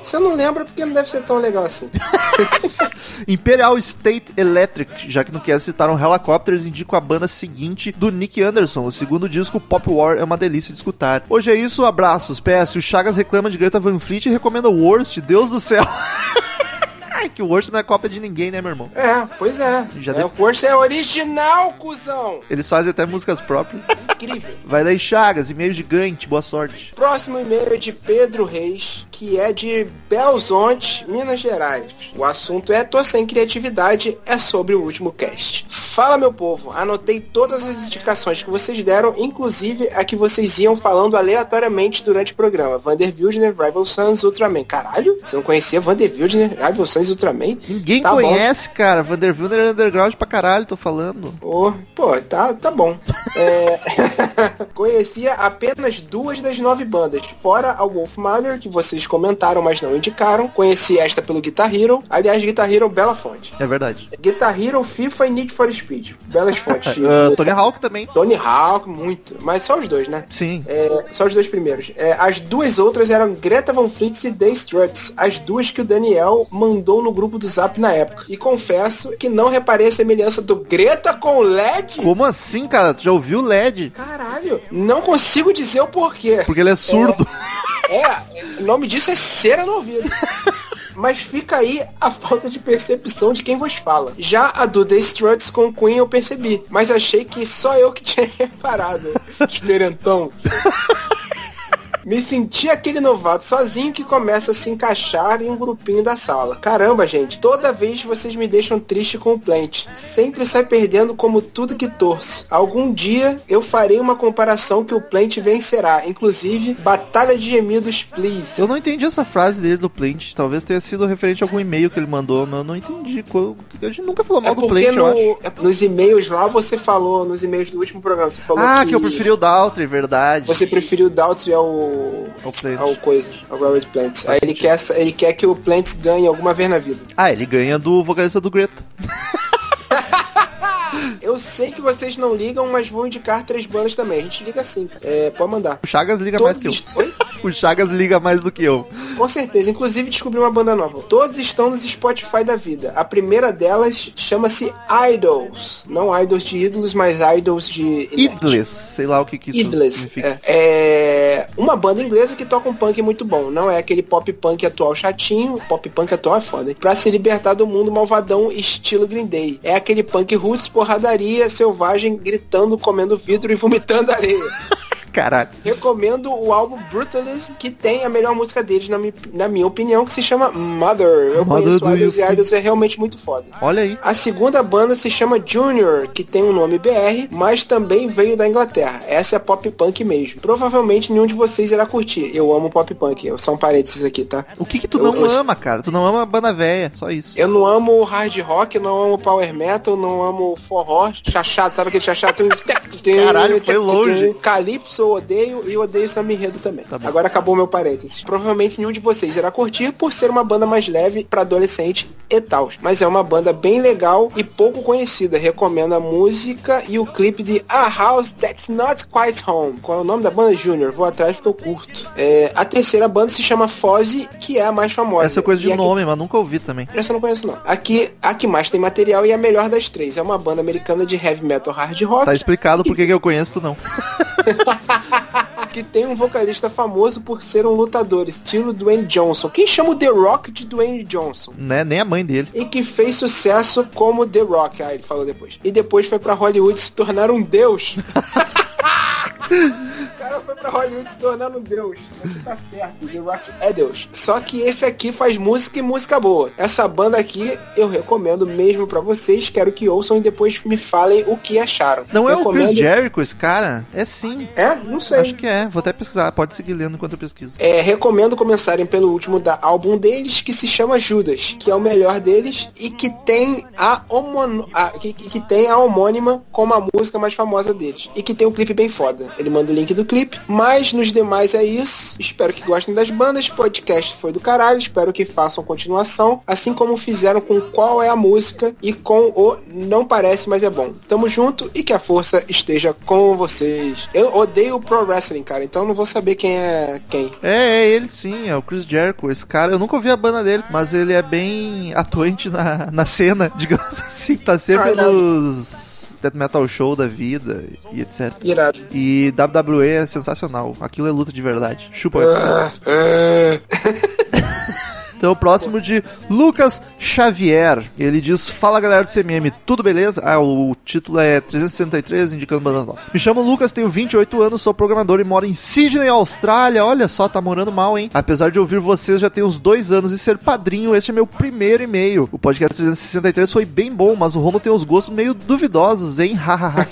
Speaker 8: Você não lembra porque não deve ser tão legal assim.
Speaker 1: Imperial State Electric, já que não quer citar um Helicopters, indico a banda seguinte do Nick Anderson. O segundo disco, Pop War, é uma delícia de escutar. Hoje é isso, abraços. PS, o Chagas reclama de Greta Van Fleet e recomenda o Worst, Deus do céu. <laughs> Ai, que o Worst não é cópia de ninguém, né, meu irmão?
Speaker 8: É, pois é.
Speaker 1: Já
Speaker 8: é
Speaker 1: def-
Speaker 8: O curso é original, cuzão.
Speaker 1: Eles fazem até músicas próprias.
Speaker 8: Incrível.
Speaker 1: Vai daí, Chagas, e-mail gigante, boa sorte.
Speaker 8: Próximo e-mail é de Pedro Reis, que é de Belzonte, Minas Gerais. O assunto é Tô Sem Criatividade, é sobre o último cast. Fala, meu povo. Anotei todas as indicações que vocês deram, inclusive a que vocês iam falando aleatoriamente durante o programa. Vander Wildner, Rival Sons, Ultraman. Caralho? Você não conhecia Vander Wildner, Rival Sons, Ultraman?
Speaker 1: Ninguém
Speaker 8: Tá bom.
Speaker 1: conhece, cara. Vanderbilt é underground pra caralho, tô falando.
Speaker 8: Ô, pô, tá, tá bom. É, <laughs> Conhecia apenas duas das nove bandas, fora a Wolf Mother, que vocês comentaram, mas não indicaram. Conheci esta pelo Guitar Hero. Aliás, Guitar Hero, bela fonte.
Speaker 1: É verdade.
Speaker 8: Guitar Hero, FIFA e Need for Speed. Belas fontes.
Speaker 1: Ah, Tony Hawk também.
Speaker 8: Tony Hawk, muito. Mas só os dois, né?
Speaker 1: Sim.
Speaker 8: É, só os dois primeiros. É, as duas outras eram Greta Van Fleet e The Struts, as duas que o Daniel mandou no grupo do Zap na época. E confesso que não reparei a semelhança do Greta com o LED.
Speaker 1: Como assim, cara? Tu já ouviu LED?
Speaker 8: Caralho, não consigo dizer o porquê.
Speaker 1: Porque ele é surdo.
Speaker 8: É, o nome disso é cera no ouvido. Mas fica aí a falta de percepção de quem vos fala. Já a do The Struts com Queen eu percebi, mas <laughs> achei que só eu que tinha reparado. Esperentão. Me senti aquele novato sozinho que começa a se encaixar em um grupinho da sala. Caramba, gente, toda vez vocês me deixam triste com o Plant. Sempre sai perdendo como tudo que torço. Algum dia eu farei uma comparação que o Plant vencerá. Inclusive, Batalha de Gemidos, please.
Speaker 1: Eu não entendi essa frase dele do Plant. Talvez tenha sido referente a algum e-mail que ele mandou, mas eu não entendi. qual- A gente nunca falou mal
Speaker 8: É
Speaker 1: do
Speaker 8: porque
Speaker 1: Plant, eu
Speaker 8: no-
Speaker 1: acho.
Speaker 8: é- nos e-mails lá você falou, nos e-mails do último programa, você falou
Speaker 1: Ah, que... eu preferi o Daltry, verdade.
Speaker 8: Você preferiu o Daltry ao.
Speaker 1: Ao Plant.
Speaker 8: ao coisa, ao Robert Plant. Aí ele quer, essa- ele quer que o Plant ganhe alguma vez na vida.
Speaker 1: Ah, ele ganha do vocalista do Greta.
Speaker 8: Eu sei que vocês não ligam, mas vou indicar três bandas também. A gente liga sim, cara. É, pode mandar.
Speaker 1: O Chagas liga mais que eu.
Speaker 8: est- Oi?
Speaker 1: O Chagas liga mais do que eu.
Speaker 8: Com certeza. Inclusive descobri uma banda nova. Todos estão nos Spotify da vida. A primeira delas chama-se Idols. Não Idols de ídolos, mas Idols de...
Speaker 1: Idles, sei lá o que, que isso
Speaker 8: Idlers.
Speaker 1: significa.
Speaker 8: É, é uma banda inglesa que toca um punk muito bom. Não é aquele pop punk atual chatinho. Pop punk atual é foda. hein? Pra se libertar do mundo malvadão estilo Green Day. É aquele punk roots, porradaria, selvagem, gritando, comendo vidro e vomitando <laughs> areia.
Speaker 1: Caralho.
Speaker 8: Recomendo o álbum Brutalism, que tem a melhor música deles, na, mi- na minha opinião, que se chama Mother. Eu
Speaker 1: Mother
Speaker 8: conheço
Speaker 1: do
Speaker 8: Idols e
Speaker 1: Yuffie.
Speaker 8: Idols é realmente muito foda.
Speaker 1: Olha aí.
Speaker 8: A segunda banda se chama Junior, que tem um nome BR, mas também veio da Inglaterra. Essa é pop punk mesmo. Provavelmente nenhum de vocês irá curtir. Eu amo pop punk. Eu- São parênteses aqui, tá?
Speaker 1: O que que tu um
Speaker 8: Eu-
Speaker 1: não
Speaker 8: eu-
Speaker 1: ama, cara? Tu não ama banda véia, só isso.
Speaker 8: Eu não amo hard rock, não amo power metal, não amo forró, chachado, sabe aquele chachado? um
Speaker 1: Caralho, foi longe.
Speaker 8: Calypso eu odeio e odeio Sam Enredo também.
Speaker 1: Tá bom.
Speaker 8: Agora acabou meu parênteses. Provavelmente nenhum de vocês irá curtir por ser uma banda mais leve pra adolescente e tal. Mas é uma banda bem legal e pouco conhecida. Recomendo a música e o clipe de A House That's Not Quite Home. Qual é o nome da banda, Junior? Vou atrás porque eu curto. É, a terceira banda se chama Fozzy, que é a mais famosa.
Speaker 1: Essa coisa de
Speaker 8: E aqui-
Speaker 1: nome, mas nunca ouvi também.
Speaker 8: essa eu não conheço, não. Aqui, a que mais tem material e é a melhor das três. É uma banda americana de heavy metal hard rock
Speaker 1: Tá explicado por que que eu conheço, tu não.
Speaker 8: que tem um vocalista famoso por ser um lutador, estilo Dwayne Johnson. Quem chama o The Rock de Dwayne Johnson?
Speaker 1: Né? Nem a mãe dele.
Speaker 8: E que fez sucesso como The Rock. Ah, ele falou depois. E depois foi pra Hollywood se tornar um deus. <laughs> O cara foi pra Hollywood se tornando Deus. Você tá certo, The Rock é Deus. Só que esse aqui faz música e música boa. Essa banda aqui eu recomendo mesmo pra vocês. Quero que ouçam e depois me falem o que acharam.
Speaker 1: Não é o Chris
Speaker 8: Recomendo-
Speaker 1: Jericho esse cara? É sim.
Speaker 8: É? Não sei.
Speaker 1: Acho que é. Vou até pesquisar. Pode seguir lendo enquanto eu pesquiso.
Speaker 8: É, recomendo começarem pelo último da álbum deles, que se chama Judas, que é o melhor deles e que tem a, homono- a- que, que- que tem a homônima como a música mais famosa deles. E que tem um clipe bem foda. Ele manda o link do clipe. Mas nos demais é isso. Espero que gostem das bandas. Podcast foi do caralho. Espero que façam continuação. Assim como fizeram com Qual é a Música e com o Não Parece, mas é bom. Tamo junto e que a força esteja com vocês. Eu odeio o Pro Wrestling, cara, então não vou saber quem é quem.
Speaker 1: É, é ele sim, é o Chris Jericho. Esse cara, eu nunca ouvi a banda dele, mas ele é bem atuante na, na cena, <laughs> digamos assim. Tá sempre
Speaker 8: Ah, não.
Speaker 1: nos Death Metal Show da vida e etc.
Speaker 8: Irado.
Speaker 1: <laughs> E WWE é sensacional. Aquilo é luta de verdade. Chupa UFC.
Speaker 8: Ah, ah.
Speaker 1: Então, o próximo de Lucas Xavier. Ele diz: Fala galera do CMM, tudo beleza? Ah, o título é 363, indicando bandas novas. Me chamo Lucas, tenho 28 anos, sou programador e moro em Sydney, Austrália. Olha só, tá morando mal, hein? Apesar de ouvir vocês já tem uns dois anos e ser padrinho, este é meu primeiro e-mail. O podcast 363 foi bem bom, mas o Romo tem uns gostos meio duvidosos, hein? <laughs> Hahaha.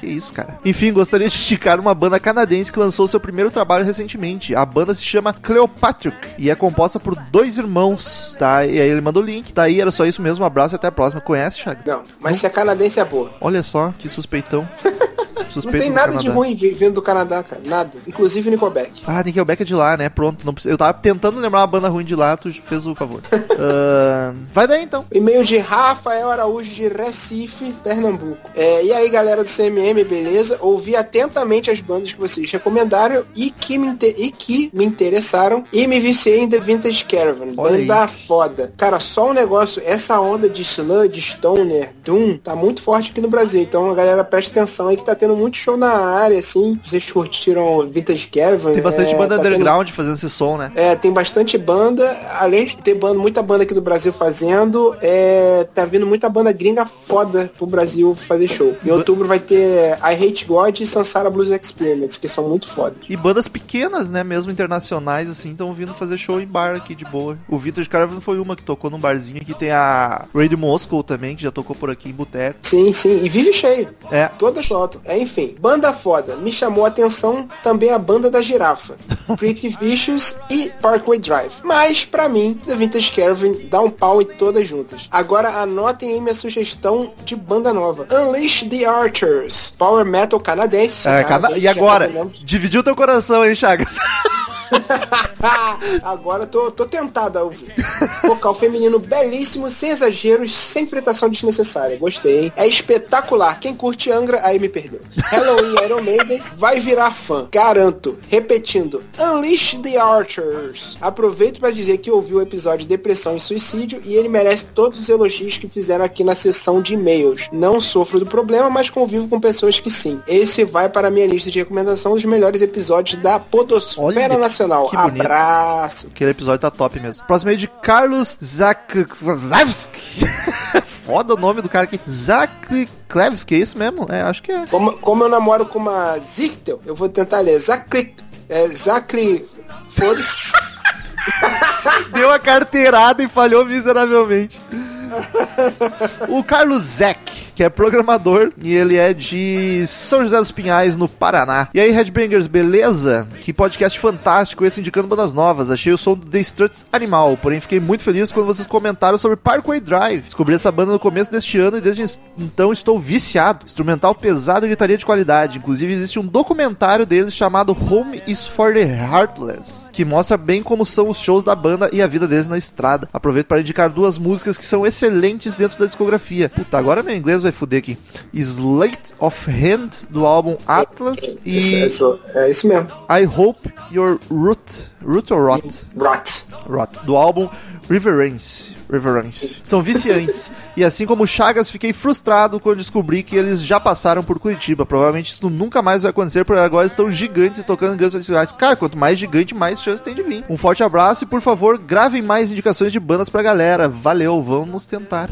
Speaker 1: Que isso, cara. Enfim, gostaria de indicar uma banda canadense que lançou seu primeiro trabalho recentemente. A banda se chama Cleopatrick e é composta por dois irmãos, tá? E aí ele mandou o link. Tá aí, era só isso mesmo. Um abraço e até a próxima. Conhece, Chaga?
Speaker 8: Não, mas se a canadense é boa.
Speaker 1: Olha só, que suspeitão.
Speaker 8: <laughs> Não
Speaker 1: Suspeito
Speaker 8: tem
Speaker 1: do
Speaker 8: nada de
Speaker 1: Canadá.
Speaker 8: ruim vi- vindo do Canadá, cara. Nada. Inclusive Nickelback.
Speaker 1: Ah, Nickelback é de lá, né? Pronto, não precisa. Eu tava tentando lembrar uma banda ruim de lá, tu fez o
Speaker 8: <laughs>
Speaker 1: favor. Ahn, vai daí então.
Speaker 8: E-mail de Rafael Araújo de Recife, Pernambuco. É, e aí, galera do CMM, beleza? Ouvi atentamente as bandas que vocês recomendaram e que me, inte- e que me interessaram e me viciei em The Vintage Caravan.
Speaker 1: Olha
Speaker 8: banda foda. Cara, só um negócio, essa onda de sludge, stoner, doom, tá muito forte aqui no Brasil. Então, a galera presta atenção aí que tá tendo tendo muito show na área, assim. Vocês curtiram Vintage Caravan.
Speaker 1: Tem bastante
Speaker 8: é,
Speaker 1: banda
Speaker 8: tá tendo-
Speaker 1: underground fazendo esse som, né?
Speaker 8: é, tem bastante banda. Além de ter banda, muita banda aqui do Brasil fazendo, é, tá vindo muita banda gringa foda pro Brasil fazer show. Em outubro vai ter I Hate God e Sansara Blues Experiments, que são muito fodas.
Speaker 1: E bandas pequenas, né? Mesmo internacionais, assim, estão vindo fazer show em bar aqui de boa. O Vitor de Caravan foi uma que tocou num barzinho aqui. Tem a Radio Moscow também, que já tocou por aqui em boteco.
Speaker 8: Sim, sim, e vive cheio.
Speaker 1: É.
Speaker 8: Todas foto. É, enfim, banda foda. Me chamou a atenção também a banda
Speaker 1: <laughs>
Speaker 8: da girafa. Pretty Vicious e Parkway Drive. Mas, pra mim, The Vintage Caravan dá um pau em todas juntas. Agora anotem aí minha sugestão de banda nova. Unleash the Archers. Power Metal canadense.
Speaker 1: É, cada-
Speaker 8: Canadense,
Speaker 1: E agora?
Speaker 8: já tá vendo.
Speaker 1: Dividiu teu coração, hein, Chagas? <laughs>
Speaker 8: Ah, <laughs> agora tô, tô tentado a ouvir. Vocal feminino belíssimo, sem exageros, sem fritação desnecessária. Gostei, hein? É espetacular. Quem curte Angra, aí me perdeu. Halloween Iron Maiden vai virar fã. Garanto. Repetindo. Unleash the Archers. Aproveito pra dizer que ouvi o episódio Depressão e Suicídio e ele merece todos os elogios que fizeram aqui na sessão de e-mails. Não sofro do problema, mas convivo com pessoas que sim. Esse vai para a minha lista de recomendação dos melhores episódios da Podosfera
Speaker 1: Olha,
Speaker 8: Nacional.
Speaker 1: que bonito.
Speaker 8: Abraço.
Speaker 1: Aquele episódio tá top mesmo. Próximo aí de Carlos Zaklevski. <laughs> Foda o nome do cara aqui. Zaklevski, é isso mesmo? É, acho que é.
Speaker 8: Como, como eu namoro com uma Zichtel, eu vou tentar ler. Zacri. É, Zacri. Foda-se.
Speaker 1: Deu a carteirada e falhou miseravelmente. O Carlos Zek, que é programador, e ele é de São José dos Pinhais, no Paraná. E aí, Headbangers, beleza? Que podcast fantástico esse indicando bandas novas. Achei o som do The Struts animal, porém fiquei muito feliz quando vocês comentaram sobre Parkway Drive. Descobri essa banda no começo deste ano e desde então estou viciado. Instrumental pesado e gritaria de qualidade. Inclusive, existe um documentário deles chamado Home is for the Heartless, que mostra bem como são os shows da banda e a vida deles na estrada. Aproveito para indicar duas músicas que são excelentes dentro da discografia. Puta, agora meu inglês vai fuder aqui. Slate of Hand, do álbum Atlas,
Speaker 8: Isso,
Speaker 1: <laughs> e
Speaker 8: isso, é isso mesmo.
Speaker 1: I Hope Your Root, Root or Rot?
Speaker 8: Rot.
Speaker 1: Rot, do álbum Reverence. Reverence. São viciantes. e assim como o Chagas, fiquei frustrado quando descobri que eles já passaram por Curitiba. Provavelmente isso nunca mais vai acontecer, porque agora estão gigantes e tocando em grandes festivais. Cara, quanto mais gigante, mais chance tem de vir. Um forte abraço e, por favor, gravem mais indicações de bandas pra galera. Valeu, vamos tentar.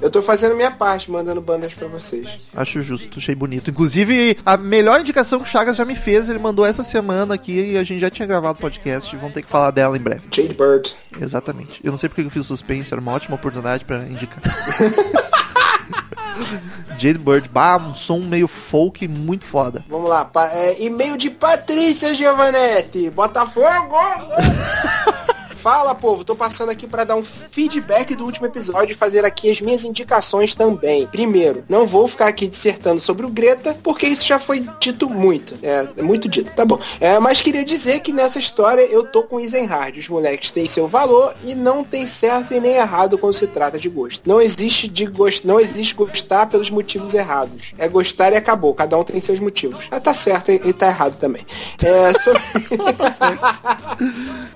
Speaker 8: Eu tô fazendo minha parte, mandando bandas pra vocês.
Speaker 1: Acho justo, achei bonito. Inclusive, a melhor indicação que o Chagas já me fez, ele mandou essa semana aqui e a gente já tinha gravado o podcast. Vamos ter que falar dela em breve.
Speaker 8: Jade Bird.
Speaker 1: Exatamente. Eu não sei porque eu fiz suspense, era uma ótima oportunidade pra indicar. Jade Bird, bah, um som meio folk muito foda.
Speaker 8: Vamos lá. pa- é, e-mail de Patrícia Giovanetti. Botafogo! Fala, povo. Tô passando aqui pra dar um feedback do último episódio e fazer aqui as minhas indicações também. Primeiro, não vou ficar aqui dissertando sobre o Greta, porque isso já foi dito muito. É, é muito dito, tá bom. É, mas queria dizer que nessa história eu tô com o Eisenhard. Os moleques têm seu valor e não tem certo e nem errado quando se trata de gosto. Não existe de gosto, não existe gostar pelos motivos errados. É gostar e acabou. Cada um tem seus motivos. Ah, tá certo e e tá errado também. É, sobre... <laughs>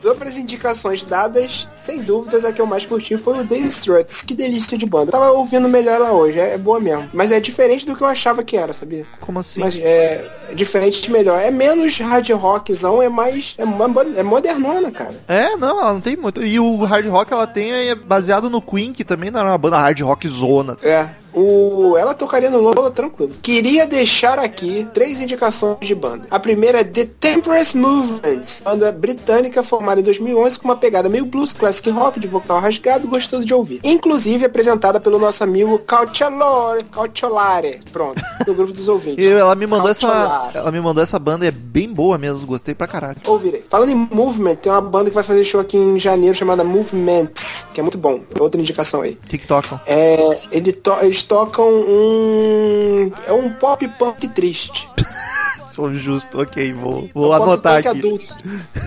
Speaker 8: Sobre as indicações dadas, sem dúvidas a que eu mais curti foi o The Struts. Que delícia de banda. Tava ouvindo melhor ela hoje, é, é boa mesmo. Mas é diferente do que eu achava que era, sabia?
Speaker 1: Como assim?
Speaker 8: Mas é, é diferente de melhor. É menos hard rockzão, é mais. É, uma ban- é modernona, cara.
Speaker 1: É, não, ela não tem muito. E o hard rock ela tem é baseado no Queen, que também não era uma banda hard rock zona.
Speaker 8: É. O, ela tocaria no Lola tranquilo. Queria deixar aqui três indicações de banda. A primeira é The Temperance Movement, banda britânica formada em 2011 com uma pegada meio blues, classic rock, de vocal rasgado, gostoso de ouvir. Inclusive apresentada pelo nosso amigo Cautiolore, Cautiolare, pronto, do grupo dos
Speaker 1: <laughs>
Speaker 8: ouvintes.
Speaker 1: E ela me mandou essa,
Speaker 8: Cautelar.
Speaker 1: ela me mandou essa banda e é bem boa mesmo, gostei pra caralho.
Speaker 8: Ouvirei. Falando em Movement, tem uma banda que vai fazer show aqui em janeiro chamada Movements, que é muito bom. Outra indicação aí.
Speaker 1: TikTok.
Speaker 8: É, ele to- eles tocam um. É um pop punk triste.
Speaker 1: Foi justo, ok, vou, vou
Speaker 8: Eu boto
Speaker 1: anotar
Speaker 8: punk
Speaker 1: aqui.
Speaker 8: Adulto.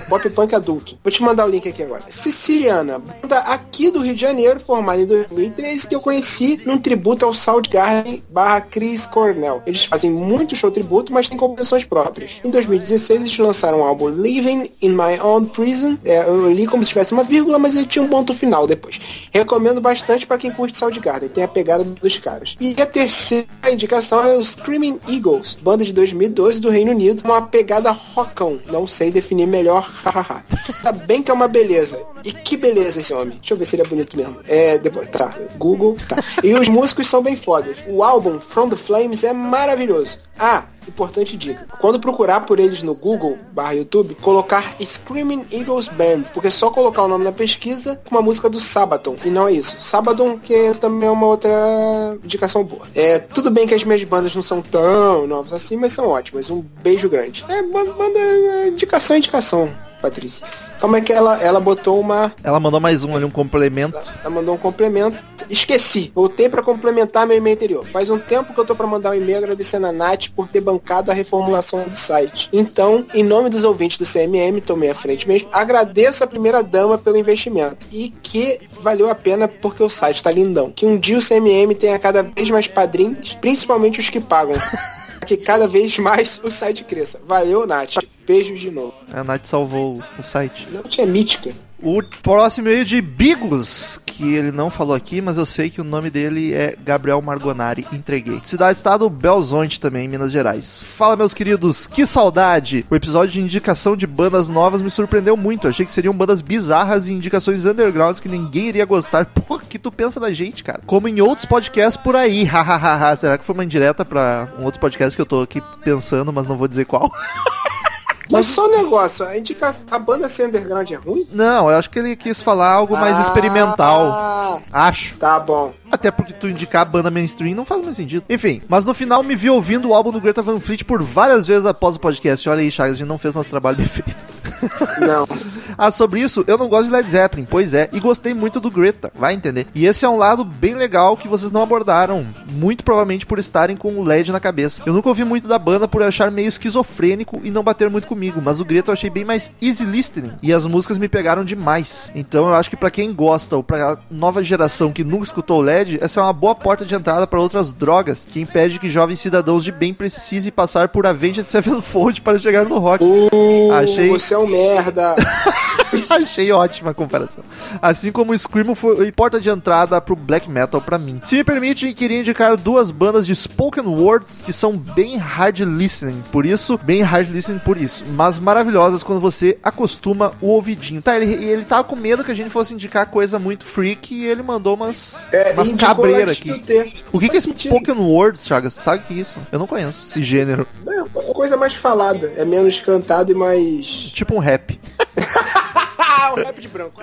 Speaker 8: Pop punk adulto. Vou te mandar o link aqui agora. Siciliana, banda aqui do Rio de Janeiro, formada em 2013, que eu conheci num tributo ao Soundgarden barra Chris Cornell. Eles fazem muito show tributo, mas têm composições próprias. Em 2016, eles lançaram o álbum Living in My Own Prison. É, eu li como se tivesse uma vírgula, mas ele tinha um ponto final depois. Recomendo bastante pra quem curte Soundgarden, tem a pegada dos caras. E a terceira indicação é o Screaming Eagles, banda de 2012 do Reino Unido, com uma pegada rockão. Não sei definir melhor, hahaha. <laughs> tá bem que é uma beleza. E que beleza esse homem. Deixa eu ver se ele é bonito mesmo. É, depois, tá. Google, tá. E os músicos são bem fodas. O álbum From the Flames é maravilhoso. Ah, importante dica. Quando procurar por eles no Google barra YouTube, colocar Screaming Eagles Band, porque é só colocar o nome na pesquisa com uma música do Sabaton. E não é isso. Sabaton, que também é uma outra indicação boa. É, tudo bem que as minhas bandas não são tão novas assim, mas são ótimas. Um beijo grande. É, ba- banda é indicação, é indicação, Patrícia. Como é que ela, ela botou uma
Speaker 1: Ela mandou mais um ali, um complemento.
Speaker 8: ela mandou um complemento. Esqueci. Voltei pra complementar meu e-mail anterior. Faz um tempo que eu tô pra mandar um e-mail agradecendo a Nath por ter bancado a reformulação do site. Então, em nome dos ouvintes do CMM, tomei a frente mesmo. Agradeço a primeira dama pelo investimento. E que valeu a pena porque o site tá lindão. Que um dia o CMM tenha cada vez mais padrinhos, principalmente os que pagam. <laughs> que cada vez mais o site cresça. Valeu, Nath. Beijos de novo.
Speaker 1: A Nath salvou o site.
Speaker 8: Nath é mítica.
Speaker 1: O próximo é de Bigos, que ele não falou aqui, mas eu sei que o nome dele é Gabriel Margonari. Entreguei. Cidade-estado Belzonte também, em Minas Gerais. Fala, meus queridos, que saudade! O episódio de indicação de bandas novas me surpreendeu muito. Achei que seriam bandas bizarras e indicações undergrounds que ninguém iria gostar. <laughs> Pô, que tu pensa da gente, cara? Como em outros podcasts por aí. <laughs> Hahaha. Será que foi uma indireta pra um outro podcast que eu tô aqui pensando, mas não vou dizer qual? <laughs>
Speaker 8: Mas só um negócio, a indicação, a banda ser underground é ruim?
Speaker 1: Não, eu acho que ele quis falar algo mais
Speaker 8: Ah,
Speaker 1: experimental. Acho.
Speaker 8: Tá bom.
Speaker 1: Até porque tu indicar a banda mainstream não faz muito sentido. Enfim, mas no final me vi ouvindo o álbum do Greta Van Fleet por várias vezes após o podcast. Olha aí, Chagas, a gente não fez nosso trabalho <laughs> bem feito.
Speaker 8: Não.
Speaker 1: Ah, sobre isso, eu não gosto de Led Zeppelin, pois é, e gostei muito do Greta, vai entender. E esse é um lado bem legal que vocês não abordaram, muito provavelmente por estarem com o LED na cabeça. Eu nunca ouvi muito da banda por achar meio esquizofrênico e não bater muito comigo, mas o Greta eu achei bem mais easy listening e as músicas me pegaram demais. Então eu acho que pra quem gosta ou pra nova geração que nunca escutou o LED, essa é uma boa porta de entrada pra outras drogas, que impede que jovens cidadãos de bem precisem passar por Avenged Sevenfold <laughs> para chegar no rock. <laughs> Achei-
Speaker 8: Você é um merda.
Speaker 1: <laughs> Achei ótima a comparação. Assim como o Screamo foi porta de entrada pro black metal pra mim. Se me permite, queria indicar duas bandas de spoken words que são bem hard listening, por isso, bem hard listening por isso, mas maravilhosas quando você acostuma o ouvidinho. Tá, ele, ele tava com medo que a gente fosse indicar coisa muito freak e ele mandou umas, <laughs> umas
Speaker 8: É, indicou
Speaker 1: cabreiras
Speaker 8: antes de
Speaker 1: aqui.
Speaker 8: eu ter.
Speaker 1: O que, que é
Speaker 8: Faz sentido.
Speaker 1: spoken words, Chagas? Tu Sabe o que é isso? Eu não conheço esse gênero.
Speaker 8: Não, é coisa mais falada. É menos cantado e mais.
Speaker 1: Tipo um rap.
Speaker 8: <laughs> Ah, o rap de branco.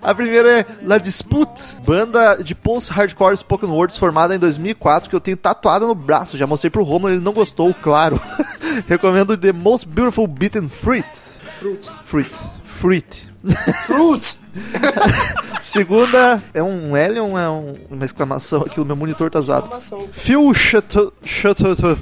Speaker 1: A primeira é La Dispute, banda de post-hardcore spoken words formada em 2004 que eu tenho tatuada no braço. Já mostrei pro Romulo, ele não gostou, claro. <laughs> Recomendo The Most Beautiful Beaten Fruit.
Speaker 8: Fruit.
Speaker 1: Fruit. Fruit.
Speaker 8: Fruit!
Speaker 1: Segunda é um L ou é um- uma exclamação aqui? O meu monitor tá zoado.
Speaker 8: Informação.
Speaker 1: Phil Chateau. Chateau- <laughs>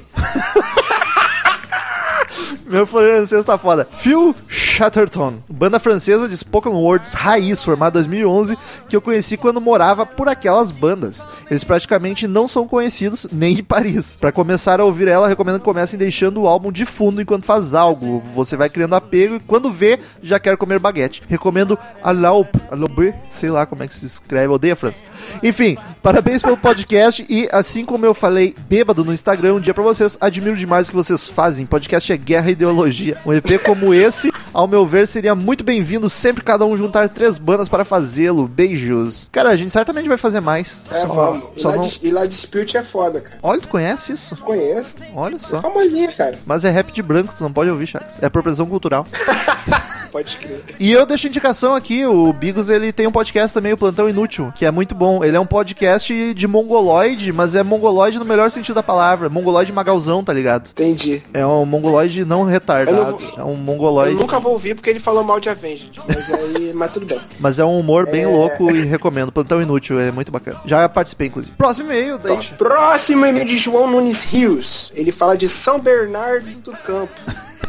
Speaker 1: Meu francês tá foda. Phil Chatterton, banda francesa de spoken words raiz, formada em 2011, que eu conheci quando morava por aquelas bandas. Eles praticamente não são conhecidos nem em Paris. Pra começar a ouvir ela, recomendo que comecem deixando o álbum de fundo enquanto faz algo. Você vai criando apego e quando vê, já quer comer baguete. Recomendo a Laupe, a Laupe, sei lá como é que se escreve, odeia a França. Enfim, parabéns pelo podcast e assim como eu falei bêbado no Instagram um dia pra vocês, admiro demais o que vocês fazem. Podcast é guerra e ideologia. Um EP como esse, ao meu ver, seria muito bem-vindo sempre cada um juntar três bandas para fazê-lo. Beijos. Cara, a gente certamente vai fazer mais.
Speaker 8: É,
Speaker 1: só,
Speaker 8: vamos. E
Speaker 1: só
Speaker 8: lá,
Speaker 1: não...
Speaker 8: dis- e lá Dispute é foda, cara.
Speaker 1: Olha, tu conhece isso?
Speaker 8: Conheço.
Speaker 1: Olha só.
Speaker 8: É famosinha, cara.
Speaker 1: Mas é rap de branco, tu não pode ouvir, Chagas. É apropriação cultural.
Speaker 8: Pode crer.
Speaker 1: E eu deixo indicação aqui, o Bigos ele tem um podcast também, o Plantão Inútil, que é muito bom. Ele é um podcast de mongoloide, mas é mongoloide no melhor sentido da palavra, mongoloide magalzão, tá ligado?
Speaker 8: Entendi.
Speaker 1: É um mongoloide não retardado.
Speaker 8: Eu não vou-
Speaker 1: É um
Speaker 8: Eu
Speaker 1: mongoloide.
Speaker 8: nunca vou ouvir porque ele falou mal de Avenged. Mas aí. mas tudo bem.
Speaker 1: Mas é um humor bem louco e recomendo. Plantão Inútil, é muito bacana. Já participei, inclusive. Próximo e-mail,
Speaker 8: Então,
Speaker 1: Date.
Speaker 8: próximo e-mail de João Nunes Rios. Ele fala de São Bernardo do Campo.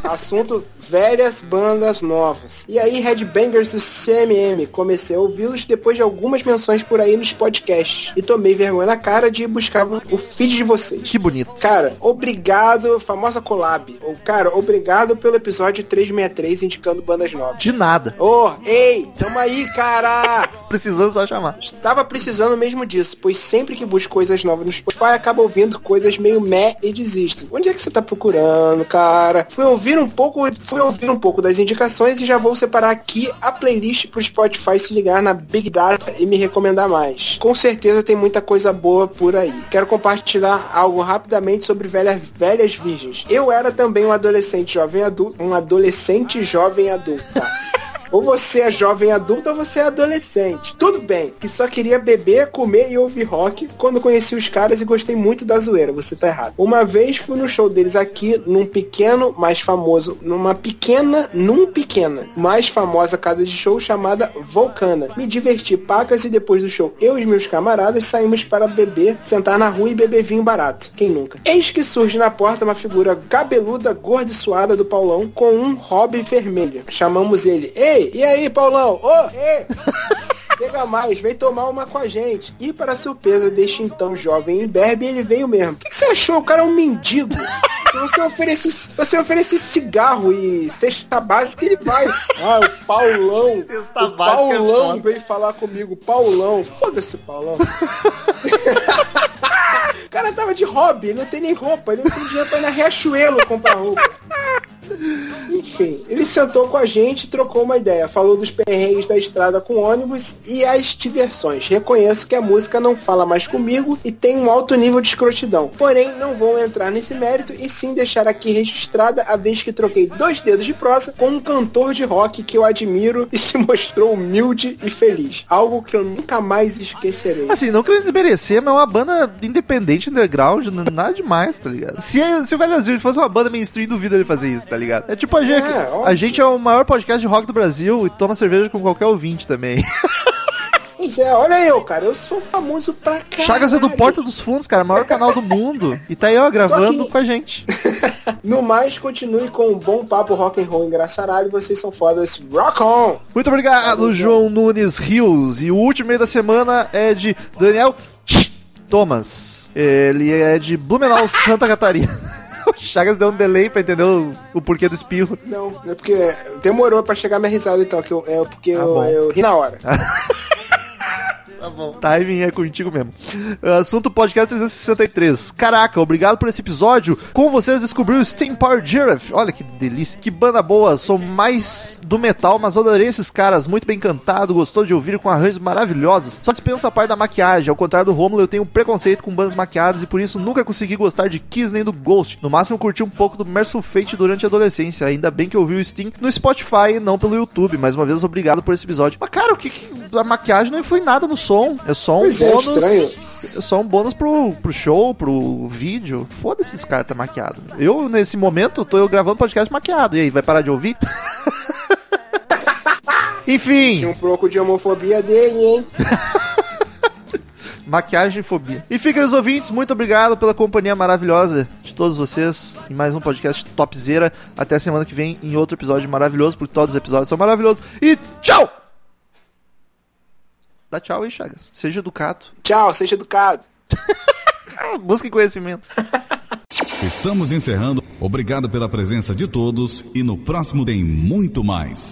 Speaker 8: Assunto velhas bandas novas. E aí, Headbangers do CMM. Comecei a ouvi-los depois de algumas menções por aí nos podcasts. E tomei vergonha na cara de buscar o feed de vocês.
Speaker 1: Que bonito.
Speaker 8: Cara, obrigado, famosa collab. Ou, Cara, obrigado pelo episódio 363 indicando bandas novas.
Speaker 1: De nada.
Speaker 8: Ô, ei, tamo aí, cara!
Speaker 1: Precisando só chamar.
Speaker 8: Estava precisando mesmo disso, pois sempre que busco coisas novas no Spotify, acaba ouvindo coisas meio meh e desisto. Onde é que você tá procurando, cara? Fui ouvir um pouco, fui ouvir um pouco das indicações e já vou separar aqui a playlist pro Spotify se ligar na Big Data e me recomendar mais. Com certeza tem muita coisa boa por aí. Quero compartilhar algo rapidamente sobre velhas, velhas virgens. Eu era também um adolescente jovem adulto, um adolescente jovem adulto. tá? Ou você é jovem adulto ou você é adolescente. Tudo bem, que só queria beber, comer e ouvir rock quando conheci os caras e gostei muito da zoeira. Você tá errado. Uma vez fui no show deles aqui, num pequeno, mais famoso, numa pequena, num pequena, mais famosa casa de show chamada Volcana. Me diverti pacas e depois do show eu e os meus camaradas saímos para beber, sentar na rua e beber vinho barato. Quem nunca? Eis que surge na porta uma figura cabeluda, gorda e suada do Paulão com um hobby vermelho. Chamamos ele. Ei, e aí, Paulão? Ô, ei! Chega mais, vem tomar uma com a gente. E para surpresa deste então jovem imberbe, ele veio mesmo. O que, que você achou? O cara é um mendigo. Se você oferecer, se você oferecer cigarro e cesta básica, ele vai. Ah, o Paulão.
Speaker 1: Cesta
Speaker 8: o
Speaker 1: básica é
Speaker 8: Paulão
Speaker 1: foda.
Speaker 8: veio falar comigo. Paulão. Foda-se, Paulão. <laughs> O cara tava de hobby, ele não tem nem roupa, ele não tem dinheiro pra ir na Riachuelo comprar roupa. Enfim, ele sentou com a gente, trocou uma ideia, falou dos perrengues da estrada com ônibus e as diversões. Reconheço que a música não fala mais comigo e tem um alto nível de escrotidão. Porém, não vou entrar nesse mérito e sim deixar aqui registrada a vez que troquei dois dedos de prosa com um cantor de rock que eu admiro e se mostrou humilde e feliz. Algo que eu nunca mais esquecerei.
Speaker 1: Assim, não querendo desmerecer, mas é uma banda independente, underground, n- nada demais, tá ligado? Se, se o Velhas Virgens fosse uma banda mainstream, duvido ele fazer isso, tá ligado? É tipo a gente.
Speaker 8: É, óbvio.
Speaker 1: a gente é o maior podcast de rock do Brasil e toma cerveja com qualquer ouvinte também.
Speaker 8: Pois é, olha eu, cara, eu sou famoso pra caralho.
Speaker 1: Assim, Chagas é do Porta dos Fundos, cara, maior canal do mundo. E tá aí, ó, gravando
Speaker 8: aqui.
Speaker 1: com a gente.
Speaker 8: No mais, continue com um bom papo rock and roll engraçaralho, vocês são fodas. Rock on!
Speaker 1: Muito obrigado, João Nunes Rios. E o último e-mail da semana é de Daniel Thomas. Ele é de Blumenau, Santa Catarina. <laughs> O Chagas deu um delay pra entender o, o porquê do espirro.
Speaker 8: Não, é porque demorou pra chegar minha risada, então, que eu, é porque eu,
Speaker 1: bom.
Speaker 8: eu ri na hora.
Speaker 1: Tá bom. Timing é contigo mesmo. Eh, Assunto podcast 363. Caraca, obrigado por esse episódio. Com vocês descobri o Steam Power Giraffe. Olha que delícia. Que banda boa. Sou mais do metal, mas adorei esses caras. Muito bem cantado, gostou de ouvir com arranjos maravilhosos. Só dispenso a parte da maquiagem. Ao contrário do Romulo, eu tenho preconceito com bandas maquiadas e por isso nunca consegui gostar de Kiss nem do Ghost. No máximo curti um pouco do Merciful Fate durante a adolescência. Ainda bem que eu ouvi o Steam no Spotify e não pelo YouTube. Mais uma vez, obrigado por esse episódio. Mas cara, o que, que a maquiagem não influi nada no som? É só um
Speaker 8: Pois é,
Speaker 1: bônus.
Speaker 8: estranho.
Speaker 1: É só um bônus pro, pro show, pro vídeo. Foda-se esses caras tá maquiado. Eu, nesse momento, tô eu gravando podcast maquiado. E aí, vai parar de ouvir? <laughs> Enfim.
Speaker 8: Tinha um pouco de homofobia dele, hein?
Speaker 1: Maquiagem e fobia. E fica os ouvintes, muito obrigado pela companhia maravilhosa de todos vocês em mais um podcast topzera. Até semana que vem em outro episódio maravilhoso, porque todos os episódios são maravilhosos. E tchau! Dá tchau aí, Chagas. Seja educado.
Speaker 8: Tchau, seja educado.
Speaker 1: Ah, Busque conhecimento.
Speaker 9: Estamos encerrando. Obrigado pela presença de todos e no próximo tem muito mais.